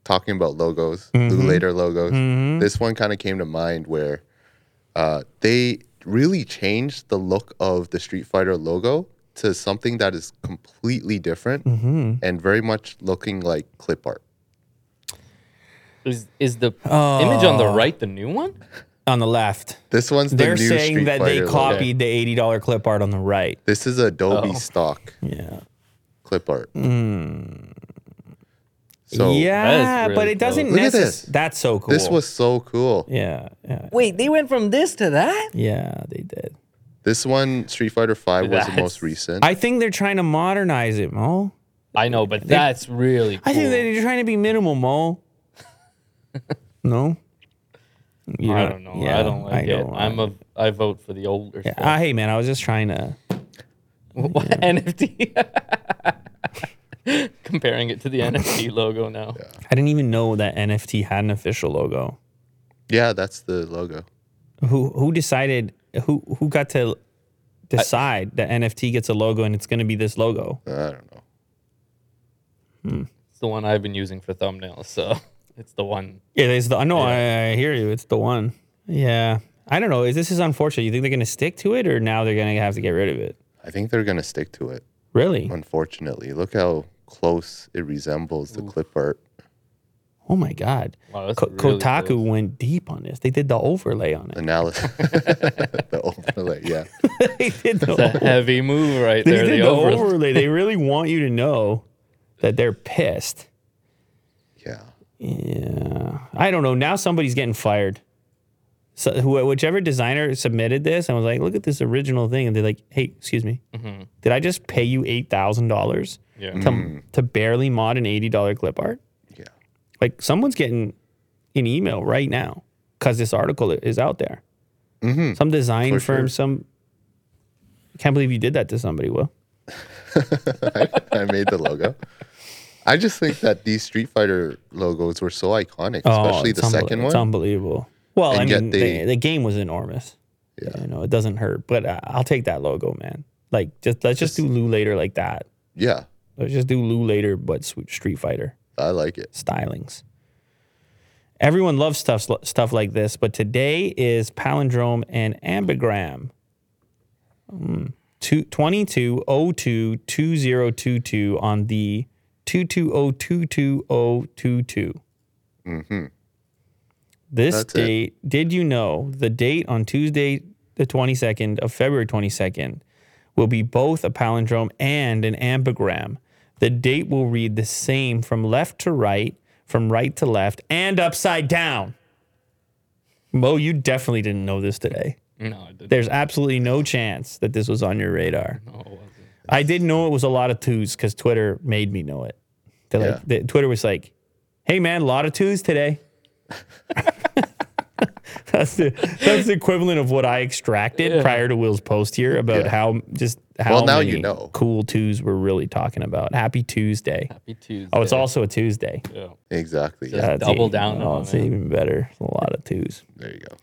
Speaker 4: talking about logos, the
Speaker 3: Mm-hmm.
Speaker 4: later logos. This one kind of came to mind where uh, they really changed the look of the Street Fighter logo to something that is completely different
Speaker 3: Mm-hmm.
Speaker 4: and very much looking like clip art.
Speaker 2: Is is the image on the
Speaker 4: Oh.
Speaker 2: right the new one?
Speaker 3: On the left.
Speaker 4: This one's the
Speaker 3: They're
Speaker 4: new
Speaker 3: saying
Speaker 4: Street
Speaker 3: that
Speaker 4: Fighter
Speaker 3: they
Speaker 4: logo.
Speaker 3: copied Oh. the eighty dollar clip art on the right.
Speaker 4: This is Adobe stock
Speaker 3: Yeah.
Speaker 4: clip art. So
Speaker 3: Hmm. yeah,
Speaker 2: That is
Speaker 3: but
Speaker 2: really
Speaker 3: it doesn't
Speaker 4: cool. Look at this.
Speaker 3: necessarily. That's so cool.
Speaker 4: this was so cool.
Speaker 3: Yeah. Yeah.
Speaker 2: Wait, they went from this to that?
Speaker 3: Yeah, they did.
Speaker 4: This one, Street Fighter Five, was the most
Speaker 2: That's-
Speaker 4: recent.
Speaker 3: I think they're trying to modernize it, Mo.
Speaker 2: I know, but that's really cool.
Speaker 3: I think they're trying to be minimal, [laughs] Mo. no. You
Speaker 2: I don't know. I don't like it.
Speaker 3: don't
Speaker 2: I'm a I vote for the older
Speaker 3: Yeah,
Speaker 2: stuff.
Speaker 3: I- hey man, I was just trying to.
Speaker 2: [laughs] What [laughs] NFT? Comparing it to the NFT logo now.
Speaker 3: I didn't even know that NFT had an official logo.
Speaker 4: yeah, that's the logo.
Speaker 3: Who who decided? Who who got to decide that NFT gets a logo and it's going to be this logo?
Speaker 4: Uh, I don't know.
Speaker 2: It's the one I've been using for thumbnails, so [laughs] it's the one.
Speaker 3: It is the no. I, I hear you. It's the one. Yeah. I don't know. This is unfortunate. You think they're going to stick to it, or now they're going to have to get rid of it?
Speaker 4: I think they're gonna stick to it.
Speaker 3: Really?
Speaker 4: Unfortunately, look how close it resembles the clip art.
Speaker 3: Oh my God.
Speaker 2: Wow, that's
Speaker 3: Ko-
Speaker 2: really
Speaker 3: Kotaku
Speaker 2: close.
Speaker 3: went deep on this. They did the overlay on
Speaker 4: [laughs]
Speaker 3: it.
Speaker 4: Analysis,
Speaker 3: [laughs]
Speaker 4: the overlay. Yeah,
Speaker 3: they did the,
Speaker 2: [laughs]
Speaker 3: [laughs]
Speaker 2: It's a heavy move right
Speaker 3: they
Speaker 2: there.
Speaker 3: did
Speaker 2: The
Speaker 3: the overlay.
Speaker 2: overlay.
Speaker 3: They
Speaker 2: [laughs]
Speaker 3: really want you to know that they're pissed.
Speaker 4: yeah.
Speaker 3: Yeah. I don't know. Now somebody's getting fired. so who, whichever designer submitted this and was like, "Look at this original thing," and they're like, "Hey, excuse me,
Speaker 2: Mm-hmm.
Speaker 3: did I just pay you eight thousand dollars
Speaker 2: Yeah.
Speaker 4: Mm.
Speaker 3: to to barely mod an eighty dollar clip art?
Speaker 4: Yeah.
Speaker 3: Like someone's getting an email right now because this article is out there. Some design
Speaker 4: Mm-hmm. For
Speaker 3: firm,
Speaker 4: sure.
Speaker 3: some. Can't believe you did that to somebody, Will.
Speaker 4: I made the logo. I just think that these Street Fighter logos were so iconic,
Speaker 3: Oh,
Speaker 4: especially the
Speaker 3: it's unbel-
Speaker 4: second
Speaker 3: It's
Speaker 4: one.
Speaker 3: unbelievable. Well,
Speaker 4: And
Speaker 3: I
Speaker 4: yet
Speaker 3: mean,
Speaker 4: they-
Speaker 3: the, the game was enormous.
Speaker 4: Yeah.
Speaker 3: You know, it doesn't hurt, but uh, I'll take that logo, man. Like, just let's just, do Lou later like that.
Speaker 4: yeah,
Speaker 3: Let's just do Lou later, but sw- Street Fighter
Speaker 4: I like it.
Speaker 3: stylings. Everyone loves stuff stuff like this, but today is palindrome and ambigram. Hmm. Two twenty two o two two zero two two on the two two o two two o two two. This
Speaker 4: That's it.
Speaker 3: date, did you know the date on Tuesday, the 22nd of February 22nd, will be both a palindrome and an ambigram? The date will read the same from left to right, from right to left, and upside down. Mo, you definitely didn't know this today.
Speaker 2: No, it didn't.
Speaker 3: There's absolutely no chance that this was on your radar.
Speaker 2: No, it wasn't.
Speaker 3: I did know it was a lot of twos because Twitter made me know it. They're like, the, Twitter was like, "Hey man, a lot of twos today." [laughs] that's the that's the equivalent of what I extracted prior to Will's post here about
Speaker 4: Yeah.
Speaker 3: how just how
Speaker 4: Well, now you
Speaker 3: many
Speaker 4: know.
Speaker 3: cool twos we're really talking about. Happy Tuesday!
Speaker 2: Happy Tuesday.
Speaker 3: Oh, it's also a Tuesday.
Speaker 2: Yeah.
Speaker 4: Exactly. Yeah.
Speaker 3: That's
Speaker 2: double
Speaker 3: even-
Speaker 2: down
Speaker 3: Oh,
Speaker 2: on
Speaker 3: it's
Speaker 2: it.
Speaker 3: even better. A lot of twos.
Speaker 4: There you go.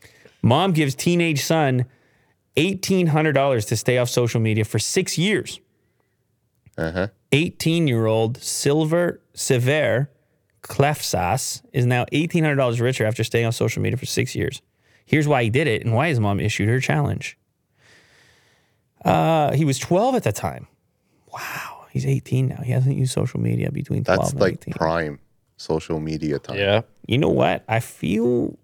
Speaker 3: Mom gives teenage son eighteen hundred dollars to stay off social media for six years.
Speaker 4: Uh huh.
Speaker 3: 18 year old Silver Sever Klefsas is now $1,800 richer after staying on social media for six years. Here's why he did it and why his mom issued her challenge. Uh, he was 12 at the time. Wow. He's 18 now. He hasn't used social media between 12
Speaker 4: That's
Speaker 3: and
Speaker 4: like
Speaker 3: 18.
Speaker 4: prime social media time.
Speaker 2: Yeah.
Speaker 3: you know what? I feel.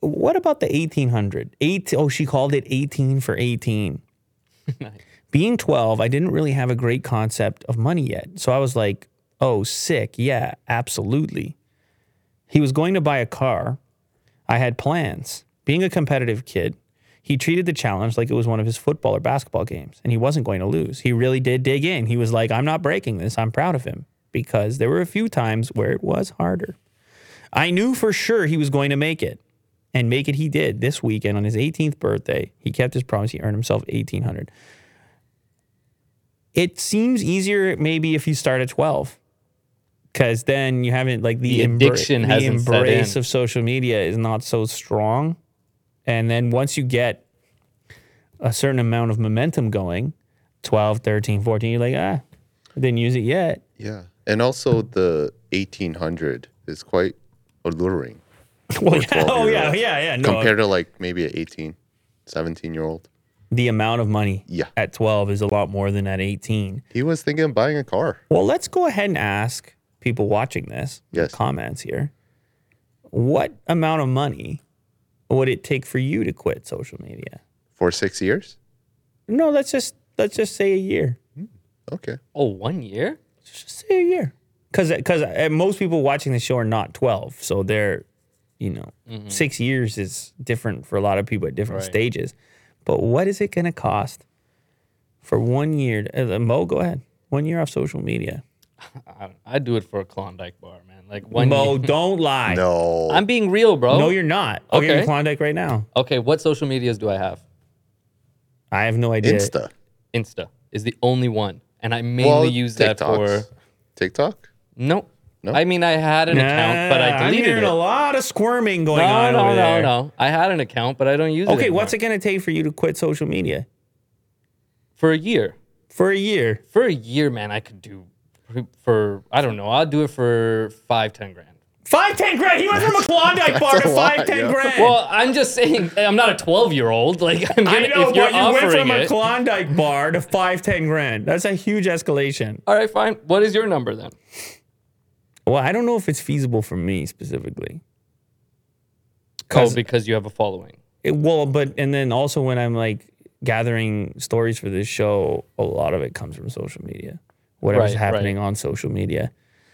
Speaker 3: What about the 1800? Eight, oh, she called it 18 for 18. Being 12, I didn't really have a great concept of money yet. So I was like, oh, sick. Yeah, absolutely. He was going to buy a car. I had plans. Being a competitive kid, he treated the challenge like it was one of his football or basketball games, and he wasn't going to lose. He really did dig in. He was like, I'm not breaking this. I'm proud of him because there were a few times where it was harder. I knew for sure he was going to make it. And make it he did this weekend on his 18th birthday. He kept his promise. He earned himself 1800 It seems easier maybe if you start at 12 cuz then you haven't like the,
Speaker 2: The
Speaker 3: embra-
Speaker 2: addiction
Speaker 3: the
Speaker 2: hasn't set
Speaker 3: embrace
Speaker 2: in.
Speaker 3: of social media is not so strong. And then once you get a certain amount of momentum going, 12, 13, 14, you're like, "Ah, I didn't use it yet."
Speaker 4: Yeah. And also the 1800 is quite alluring
Speaker 3: Well, yeah.
Speaker 4: 12
Speaker 3: [laughs] Oh
Speaker 4: year
Speaker 3: yeah,
Speaker 4: old.
Speaker 3: yeah, yeah. No,
Speaker 4: compared to like maybe an 18, 17 year old.
Speaker 3: the amount of money
Speaker 4: Yeah.
Speaker 3: at 12 is a lot more than at 18.
Speaker 4: He was thinking of buying a car.
Speaker 3: Well, let's go ahead and ask people watching this in the
Speaker 4: Yes.
Speaker 3: comments here. What amount of money would it take for you to quit social media?
Speaker 4: For six years?
Speaker 3: No, let's just let's just say a year.
Speaker 4: Okay.
Speaker 2: Oh, one year?
Speaker 3: Let's just say a year. Cuz cuz most people watching the show are not 12, so they're you know, 6 years is different for a lot of people at different
Speaker 2: Mm-hmm. Right.
Speaker 3: stages. But what is it going to cost for 1 year? to- uh, Mo, go ahead. 1 year off social media.
Speaker 2: I, I'd do it for a Klondike bar, man. Like one
Speaker 3: Mo,
Speaker 2: year. [laughs]
Speaker 3: don't lie. No,
Speaker 4: No.
Speaker 2: I'm being real, bro.
Speaker 3: you're not. I'll give you
Speaker 2: Okay.
Speaker 3: Klondike right now.
Speaker 2: okay, what social medias do I have?
Speaker 3: I have no idea.
Speaker 4: Insta.
Speaker 2: Insta is the only one. And I mainly
Speaker 4: Well,
Speaker 2: use that
Speaker 4: TikToks.
Speaker 2: for.
Speaker 4: TikTok?
Speaker 2: No.
Speaker 4: No?
Speaker 2: I mean, I had an account, but
Speaker 3: Nah,
Speaker 2: I
Speaker 3: I'm
Speaker 2: deleted
Speaker 3: hearing
Speaker 2: it.
Speaker 3: a lot of squirming going
Speaker 2: No,
Speaker 3: on
Speaker 2: no,
Speaker 3: over
Speaker 2: no,
Speaker 3: there.
Speaker 2: no. I had an account, but I don't use it.
Speaker 3: Okay, what's it
Speaker 2: anymore.
Speaker 3: going to take for you to quit social media
Speaker 2: for a year?
Speaker 3: for a year?
Speaker 2: For a year, man, I could do for- for I don't know. I'll do it for five, ten grand.
Speaker 3: Five ten grand. He went from a Klondike bar
Speaker 4: that's
Speaker 3: to
Speaker 4: a lot,
Speaker 3: five ten
Speaker 4: yo.
Speaker 3: grand.
Speaker 2: Well, I'm just saying, I'm not a 12 year old. Like, I'm gonna,
Speaker 3: I know,
Speaker 2: if you're
Speaker 3: but you went
Speaker 2: offering
Speaker 3: from a
Speaker 2: it.
Speaker 3: Klondike bar to five ten grand. That's a huge escalation.
Speaker 2: All right, fine. What is your number then?
Speaker 3: Well, I don't know if it's feasible for me specifically.
Speaker 2: Oh,
Speaker 3: 'Cause-
Speaker 2: because you have a following.
Speaker 3: It, well, but and then also when I'm like gathering stories for this show, a lot of it comes from social media. Whatever's
Speaker 2: Right, right.
Speaker 3: happening on social media.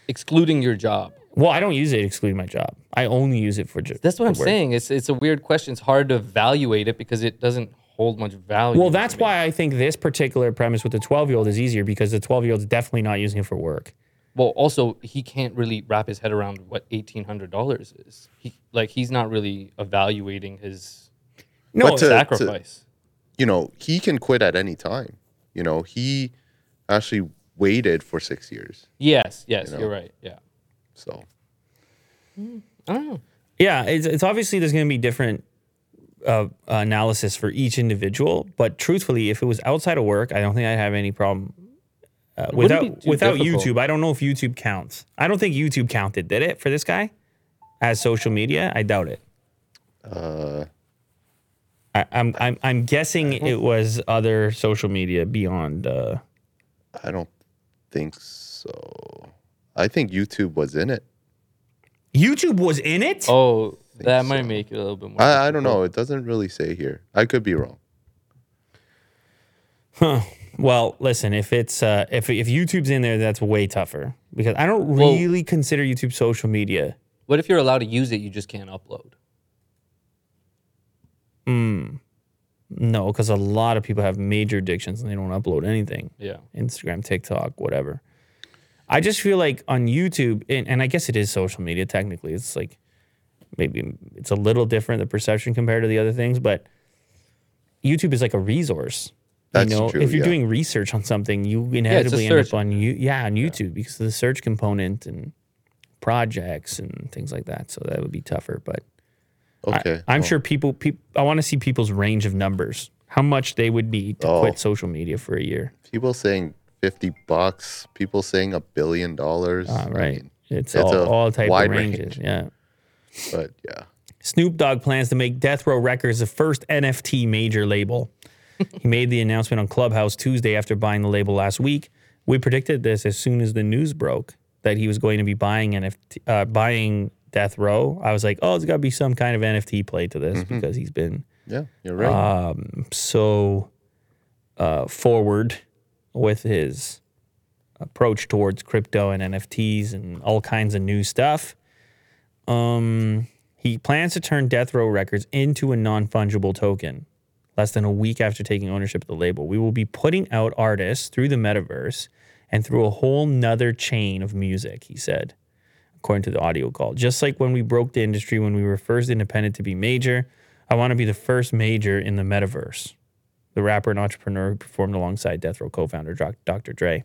Speaker 2: excluding your job.
Speaker 3: Well, I don't use it excluding my job. I only use it for just.
Speaker 2: That's what I'm saying. It's it's a weird question. It's hard to evaluate it because it doesn't hold much value.
Speaker 3: Well,
Speaker 2: to
Speaker 3: that's
Speaker 2: me.
Speaker 3: why I think this particular premise with the 12 year old is easier because the 12 year old's definitely not using it for work.
Speaker 2: Well, also he can't really wrap his head around what eighteen hundred dollars is. He like he's not really evaluating his
Speaker 3: No,
Speaker 4: But to-
Speaker 2: sacrifice.
Speaker 4: you know, he can quit at any time. You know, he actually waited for six years.
Speaker 2: yes, yes,
Speaker 4: know.
Speaker 2: you are right. Yeah.
Speaker 4: So
Speaker 2: I don't know.
Speaker 3: Yeah, it's, it's obviously there's going to be different uh, analysis for each individual, but truthfully, if it was outside of work, I don't think I'd have any problem. Uh,
Speaker 2: be
Speaker 3: without
Speaker 2: too
Speaker 3: without
Speaker 2: difficult.
Speaker 3: YouTube, I don't know if YouTube counts. I don't think YouTube counted, did it for this guy as social media? I doubt it.
Speaker 4: uh,
Speaker 3: I, I'm I'm I'm guessing it was other social media beyond. Uh,
Speaker 4: I don't think so. I think YouTube was in it.
Speaker 3: YouTube was in it.
Speaker 2: Oh, that might make it a little bit more.
Speaker 4: I, I don't
Speaker 2: difficult.
Speaker 4: know. It doesn't really say here. I could be wrong.
Speaker 3: Huh. Well, listen, if it's uh, if if YouTube's in there, that's way tougher because I don't
Speaker 2: Well-
Speaker 3: really consider YouTube social media.
Speaker 2: What if you're allowed to use it? You just can't upload.
Speaker 3: No, because a lot of people have major addictions and they don't upload anything.
Speaker 2: Yeah.
Speaker 3: Instagram, TikTok, whatever. I just feel like on YouTube, and, and I guess it is social media technically. It's like maybe it's a little different the perception compared to the other things, but YouTube is like a resource.
Speaker 4: That's
Speaker 3: you know,
Speaker 4: true,
Speaker 3: if you're
Speaker 4: yeah.
Speaker 3: doing research on something, you inevitably end
Speaker 2: search.
Speaker 3: up on you, yeah, on YouTube because of the search component and projects and things like that. So that would be tougher, but
Speaker 4: Okay.
Speaker 3: I, am
Speaker 4: well,
Speaker 3: sure people, peop I want to see people's range of numbers, how much they would need to
Speaker 4: Oh.
Speaker 3: quit social media for a year.
Speaker 4: People saying 50 bucks, people saying a billion dollars.
Speaker 3: Uh,
Speaker 4: I
Speaker 3: right.
Speaker 4: mean,
Speaker 3: it's
Speaker 4: it's
Speaker 3: all,
Speaker 4: a
Speaker 3: all type
Speaker 4: wide
Speaker 3: of ranges.
Speaker 4: range.
Speaker 3: Yeah.
Speaker 4: but yeah.
Speaker 3: Snoop Dogg plans to make Death Row Records the first NFT major label.
Speaker 4: [laughs]
Speaker 3: he made the announcement on Clubhouse Tuesday after buying the label last week. We predicted this as soon as the news broke that he was going to be buying NFT, uh, buying Death Row. I was like, oh, there's got to be some kind of NFT play to
Speaker 4: Mm-hmm.
Speaker 3: this because he's been
Speaker 4: Yeah. You're right.
Speaker 3: Ah.
Speaker 4: [laughs]
Speaker 3: so uh, forward with his approach towards crypto and NFTs and all kinds of new stuff. Um, he plans to turn Death Row Records into a non fungible token less than a week after taking ownership of the label. We will be putting out artists through the metaverse and through a whole nother chain of music, he said according to the audio call. Just like when we broke the industry when we were first independent to be major, I want to be the first major in the metaverse. The rapper and entrepreneur who performed alongside Death Row co-founder Doc- Dr. Dre.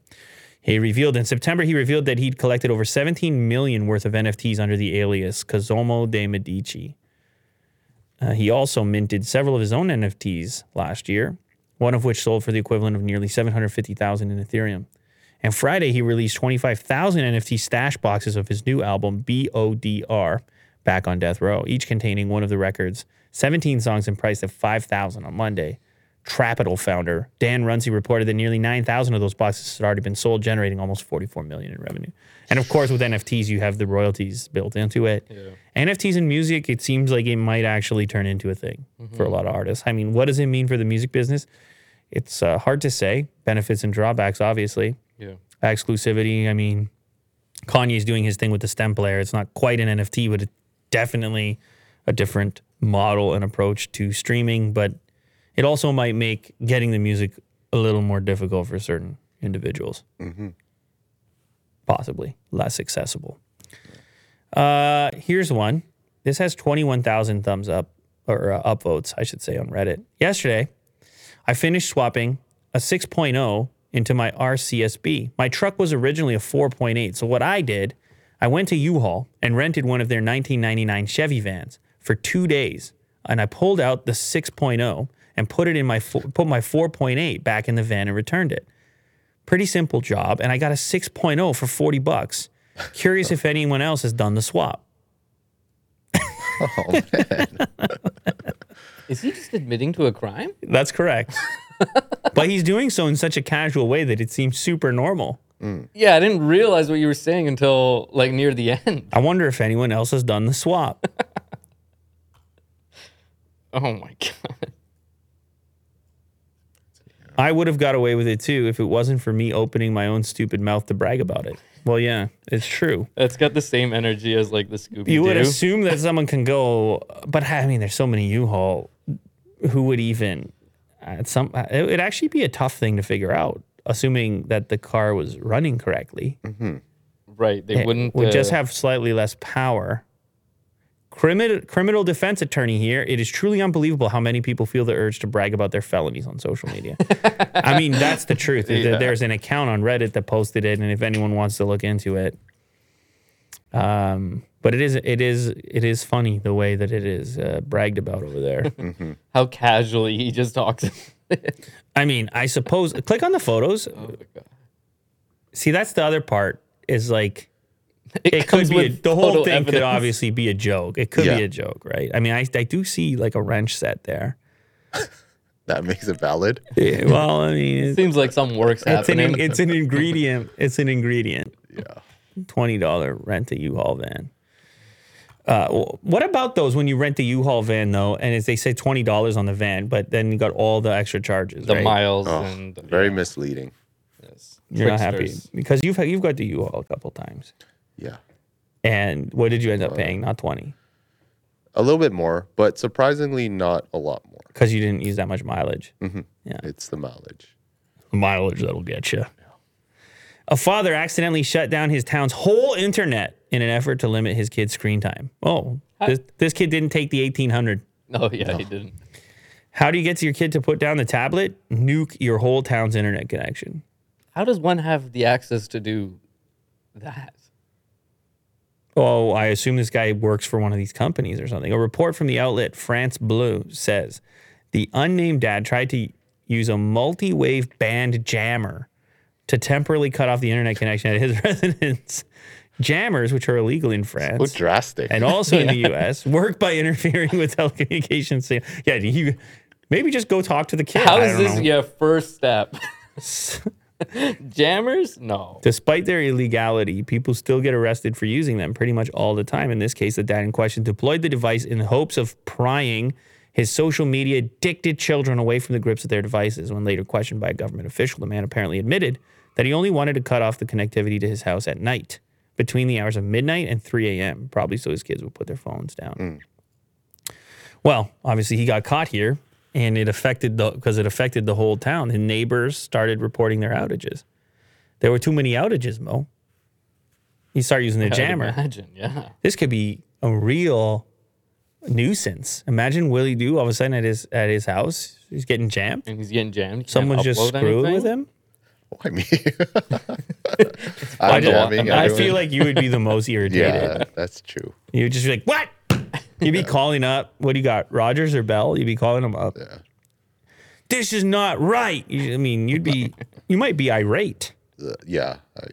Speaker 3: He revealed in September he revealed that he'd collected over 17 million worth of NFTs under the alias Kazomo de Medici. Uh, he also minted several of his own NFTs last year, one of which sold for the equivalent of nearly 750,000 in Ethereum. And Friday, he released 25,000 NFT stash boxes of his new album, BODR, Back on Death Row, each containing one of the record's 17 songs and priced at 5,000 on Monday. Trapital founder Dan Runcie reported that nearly 9,000 of those boxes had already been sold, generating almost 44 million in revenue. And of course, with NFTs, you have the royalties built into it. NFTs and music, it seems like it might actually turn into a thing for a lot of artists. I mean, what does it mean for the music business? It's uh, hard to say. Benefits and drawbacks, obviously
Speaker 2: Yeah.
Speaker 3: exclusivity. I mean, Kanye's doing his thing with the stem player. It's not quite an NFT, but it's definitely a different model and approach to streaming. But it also might make getting the music a little more difficult for certain individuals, possibly less accessible. Uh, here's one. This has 21,000 thumbs up or uh, upvotes, I should say, on Reddit. Yesterday, I finished swapping a 6.0 into my RCSB. My truck was originally a 4.8. So what I did, I went to U-Haul and rented one of their 1999 Chevy vans for 2 days and I pulled out the 6.0 and put it in my fo- put my 4.8 back in the van and returned it. Pretty simple job and I got a 6.0 for 40 bucks. Curious if anyone else has done the swap.
Speaker 4: Oh,
Speaker 3: [laughs]
Speaker 2: Is he just admitting to a crime?
Speaker 3: That's correct. but he's doing so in such a casual way that it seems super normal.
Speaker 2: Yeah, I didn't realize what you were saying until like near the [laughs] end.
Speaker 3: I wonder if anyone else has done the swap.
Speaker 2: Oh my god.
Speaker 3: I would have got away with it too if it wasn't for me opening my own stupid mouth to brag about it. Well, yeah, it's true.
Speaker 2: It's got the same energy as like the Scooby Doo.
Speaker 3: You would assume that someone can go, but I mean, there's so many U-Haul. Who would even? Uh, some it would actually be a tough thing to figure out, assuming that the car was running correctly.
Speaker 2: right? They
Speaker 3: It
Speaker 2: wouldn't.
Speaker 3: would just
Speaker 2: uh,
Speaker 3: have slightly less power. Criminal criminal defense attorney here. It is truly unbelievable how many people feel the urge to brag about their felonies on social media. I mean, that's the
Speaker 2: [laughs]
Speaker 3: truth. Th-
Speaker 2: Yeah.
Speaker 3: There's an account on Reddit that posted it, and if anyone wants to look into it, um, but it is it is it is funny the way that it is uh, bragged about over
Speaker 2: [laughs]
Speaker 3: there.
Speaker 2: how casually he just talks. [laughs]
Speaker 3: I mean, I suppose click on the photos.
Speaker 2: Oh
Speaker 3: See, that's the other part is like. it could
Speaker 2: comes
Speaker 3: be a,
Speaker 2: with
Speaker 3: the whole
Speaker 2: photo
Speaker 3: thing could
Speaker 2: evidence.
Speaker 3: obviously be a joke. It could
Speaker 4: Yeah.
Speaker 3: be a joke, right? I mean, I, I do see like a wrench set there.
Speaker 4: That makes it valid.
Speaker 3: Yeah, well, I mean, it's,
Speaker 2: [laughs] Seems like some works
Speaker 3: it's an
Speaker 2: happening.
Speaker 3: it's an ingredient. It's an ingredient. Yeah, twenty dollar rent a U-Haul van. Uh, wh- what about those when you rent the U-Haul van though, and it's, they say twenty dollars on the van, but then you got all the extra charges.
Speaker 2: the
Speaker 3: right?
Speaker 2: miles
Speaker 4: Oh,
Speaker 2: and
Speaker 4: very misleading.
Speaker 2: yes.
Speaker 3: You're not happy
Speaker 2: Tricksters.
Speaker 3: because you've you've got the U-Haul a couple times,
Speaker 4: Yeah.
Speaker 3: and what did you end up paying? Not twenty
Speaker 4: A little bit more, but surprisingly not a lot more.
Speaker 3: because you didn't use that much mileage.
Speaker 4: It's the mileage.
Speaker 3: mileage that'll get you. A father accidentally shut down his town's whole internet in an effort to limit his kid's screen time. Oh, this, this kid didn't take the 1800.
Speaker 2: [laughs] Oh yeah, he didn't.
Speaker 3: How do you get to your kid to put down the tablet? Nuke your whole town's internet connection.
Speaker 2: How does one have the access to do that?
Speaker 3: Oh, I assume this guy works for one of these companies or something. A report from the outlet France Bleu says the unnamed dad tried to use a multi wave band jammer to temporarily cut off the internet connection at his [laughs] residence. Jammers, which are illegal in France.
Speaker 4: So drastic.
Speaker 3: and also
Speaker 2: [laughs]
Speaker 3: in the U.S. work by interfering with telecommunications. signal- Yeah, you maybe just go talk to the kid.
Speaker 2: How
Speaker 3: I
Speaker 2: is
Speaker 3: don't
Speaker 2: this
Speaker 3: know.
Speaker 2: your
Speaker 3: [laughs]
Speaker 2: first step? [laughs] Jammers? No.
Speaker 3: Despite their illegality, people still get arrested for using them pretty much all the time. In this case, the dad in question deployed the device in hopes of prying his social media addicted children away from the grips of their devices. When later questioned by a government official, the man apparently admitted that he only wanted to cut off the connectivity to his house at night between the hours of midnight and 3 a.m., probably so his kids would put their phones down. Well, obviously he got caught here and it affected the because it affected the whole town. The neighbors started reporting their outages. There were too many outages, Mo. You start using the
Speaker 2: I would
Speaker 3: jammer.
Speaker 2: Imagine, yeah.
Speaker 3: This could be a real nuisance. Imagine Willie Doo all of a sudden at his at his house. He's getting jammed.
Speaker 2: And he's getting jammed. He can't
Speaker 3: Someone's just
Speaker 2: upload
Speaker 3: screwing
Speaker 2: anything?
Speaker 3: with him.
Speaker 4: [laughs] I
Speaker 3: [laughs]
Speaker 4: mean, I'm
Speaker 2: just-
Speaker 4: jamming.
Speaker 3: I
Speaker 4: everyone-
Speaker 3: feel like you would be the most irritated.
Speaker 4: [laughs] yeah, that's true.
Speaker 3: You'd just be like, what? You'd be calling up, what do you got, Rogers or Bell? You'd be calling them up. This is not right. You- I mean, you'd be, you might be irate.
Speaker 4: Uh, yeah, I,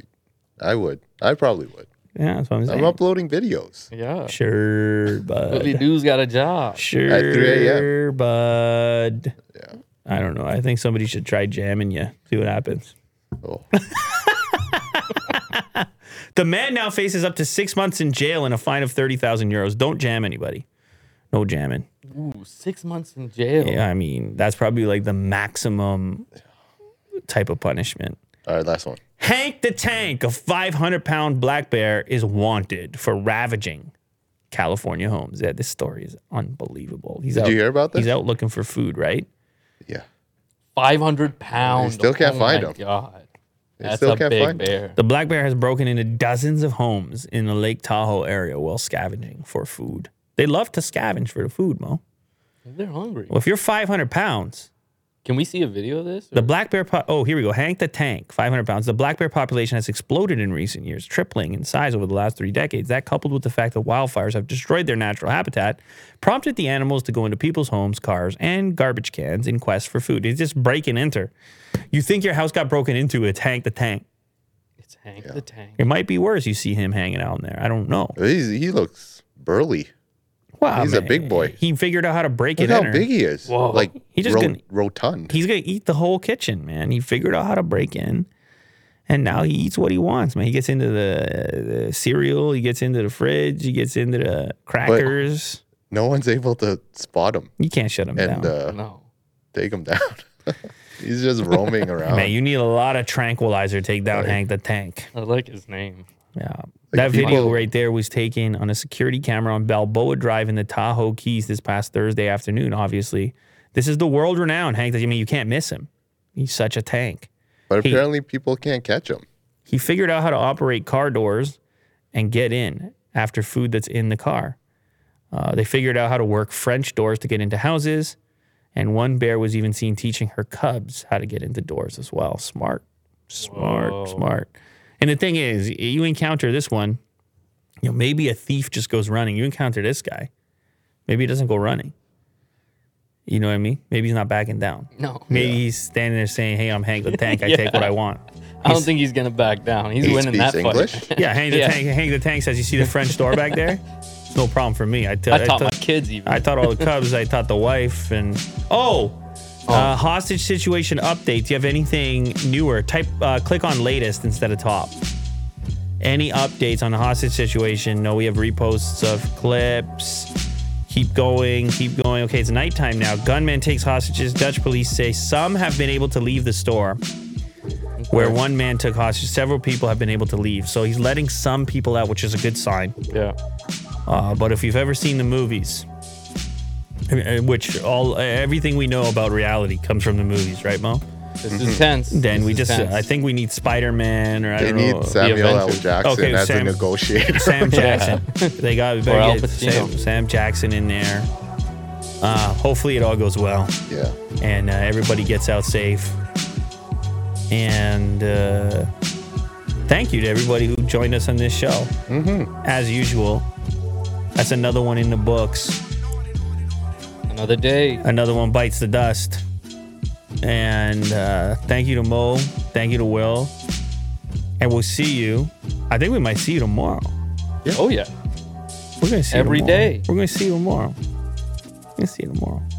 Speaker 4: I would. I probably would.
Speaker 3: Yeah, that's what I'm saying.
Speaker 4: I'm uploading videos.
Speaker 2: Yeah.
Speaker 3: Sure,
Speaker 2: Billy
Speaker 3: bud.
Speaker 2: Doo's got a job.
Speaker 3: Sure,
Speaker 4: 3 a.m..
Speaker 3: bud.
Speaker 4: Yeah.
Speaker 3: I don't know. I think somebody should try jamming you. See what happens.
Speaker 4: Oh,
Speaker 3: The man now faces up to six months in jail and a fine of 30,000 euros. Don't jam anybody. No jamming.
Speaker 2: Ooh, six months in jail.
Speaker 3: Yeah, I mean, that's probably like the maximum type of punishment.
Speaker 4: all right, last one.
Speaker 3: Hank the Tank, a 500 pound black bear, is wanted for ravaging California homes. Yeah, this story is unbelievable. He's
Speaker 4: Did
Speaker 3: out,
Speaker 4: you hear about this?
Speaker 3: He's out looking for food, right?
Speaker 4: Yeah,
Speaker 2: 500 pounds.
Speaker 4: still can't
Speaker 2: oh
Speaker 4: find
Speaker 2: my
Speaker 4: him.
Speaker 2: God. That's
Speaker 4: still
Speaker 2: a
Speaker 4: can't
Speaker 2: big
Speaker 4: find him.
Speaker 2: bear.
Speaker 3: The black bear has broken into dozens of homes in the Lake Tahoe area while scavenging for food. They love to scavenge for the food, Mo.
Speaker 2: They're hungry.
Speaker 3: Well, if you're 500 pounds,
Speaker 2: Can we see a video of this?
Speaker 3: The black bear, po- oh, here we go. Hank the Tank, 500 pounds. The black bear population has exploded in recent years, tripling in size over the last three decades. That, coupled with the fact that wildfires have destroyed their natural habitat, prompted the animals to go into people's homes, cars, and garbage cans in quest for food. It's just break and enter. You think your house got broken into, it's Hank the Tank.
Speaker 2: it's Hank the Tank.
Speaker 3: It might be worse. You see him hanging out in there. I don't know.
Speaker 4: he's, he looks burly.
Speaker 3: Well,
Speaker 4: He's a big boy.
Speaker 3: He figured out how to break
Speaker 4: Look
Speaker 3: and
Speaker 4: how
Speaker 3: enter.
Speaker 4: big he is.
Speaker 2: Whoa.
Speaker 4: Like
Speaker 3: He just
Speaker 4: ro-
Speaker 3: gonna-
Speaker 4: rotund.
Speaker 3: he's gonna eat the whole kitchen, man. He figured out how to break in, and now he eats what he wants, man. He gets into the, the cereal, he gets into the fridge, he gets into the crackers.
Speaker 4: no one's able to spot him
Speaker 3: you can't shut him
Speaker 4: and
Speaker 3: down.
Speaker 4: uh,
Speaker 2: No.
Speaker 4: take him down. [laughs] He's just
Speaker 2: [laughs]
Speaker 4: roaming around.
Speaker 3: Man, you need a lot of tranquilizer to take down Hank the Tank.
Speaker 2: I like his name.
Speaker 3: Yeah. that
Speaker 4: people-
Speaker 3: video right there was taken on a security camera on Balboa Drive in the Tahoe Keys this past Thursday afternoon, obviously. This is the world renowned Hank. I mean, you can't miss him. He's such a tank.
Speaker 4: but
Speaker 3: he-
Speaker 4: apparently, people can't catch him.
Speaker 3: He figured out how to operate car doors and get in after food that's in the car. Uh, they figured out how to work French doors to get into houses. And one bear was even seen teaching her cubs how to get into doors as well. Smart, smart,
Speaker 2: Whoa.
Speaker 3: smart. And the thing is, you encounter this one, you know, maybe a thief just goes running. You encounter this guy, maybe he doesn't go running. You know what I mean? Maybe he's not backing down.
Speaker 2: No.
Speaker 3: Maybe he's standing there saying, "Hey, I'm Hank the Tank. I take what I want."
Speaker 2: I don't think he's gonna back down. He's
Speaker 4: He
Speaker 2: winning
Speaker 4: speaks
Speaker 2: that
Speaker 4: English.
Speaker 2: [laughs] fight.
Speaker 3: Yeah, Hank the
Speaker 2: Yeah.
Speaker 3: Tank. Hank the Tank says, "You see the French door back there? It's no problem for me. I tell-
Speaker 2: I taught
Speaker 3: tell-
Speaker 2: my kids even.
Speaker 3: I taught all the Cubs. I taught the wife. And oh, Uh, hostage situation update. Do you have anything newer? Type, uh, click on latest instead of top. Any updates on the hostage situation? No, we have reposts of clips. Keep going, keep going. Okay, it's nighttime now. Gunman takes hostages. Dutch police say some have been able to leave the store. Where one man took hostages, several people have been able to leave. So he's letting some people out, which is a good sign.
Speaker 2: yeah.
Speaker 3: Uh, but if you've ever seen the movies, I mean, uh, which all uh, everything we know about reality comes from the movies, right, Mo?
Speaker 2: This
Speaker 4: Mm-hmm.
Speaker 2: is tense.
Speaker 3: Then
Speaker 2: This
Speaker 3: we
Speaker 2: is
Speaker 3: just, uh,
Speaker 2: tense.
Speaker 3: I think we need Spider Man or I
Speaker 4: They
Speaker 3: don't know,
Speaker 4: need Samuel L.
Speaker 2: Avengers.
Speaker 4: Jackson
Speaker 3: Okay,
Speaker 4: as
Speaker 3: Sam-
Speaker 4: a [laughs]
Speaker 2: [laughs]
Speaker 4: negotiator.
Speaker 3: Sam Jackson. They got we
Speaker 2: Al
Speaker 3: better get
Speaker 2: Pacino.
Speaker 3: Sam, Sam Jackson in there. Uh, hopefully, it all goes well
Speaker 4: yeah.
Speaker 3: and uh, everybody gets out safe. And uh, thank you to everybody who joined us on this show. Mm-hmm. As usual, that's another one in the books.
Speaker 2: another day.
Speaker 3: another one bites the dust. And uh, thank you to Mo. Thank you to Will. And we'll see you. I think we might see you tomorrow.
Speaker 2: Oh yeah.
Speaker 3: We're gonna see you
Speaker 2: Every
Speaker 3: tomorrow.
Speaker 2: day.
Speaker 3: We're gonna see you tomorrow. We're gonna see you tomorrow.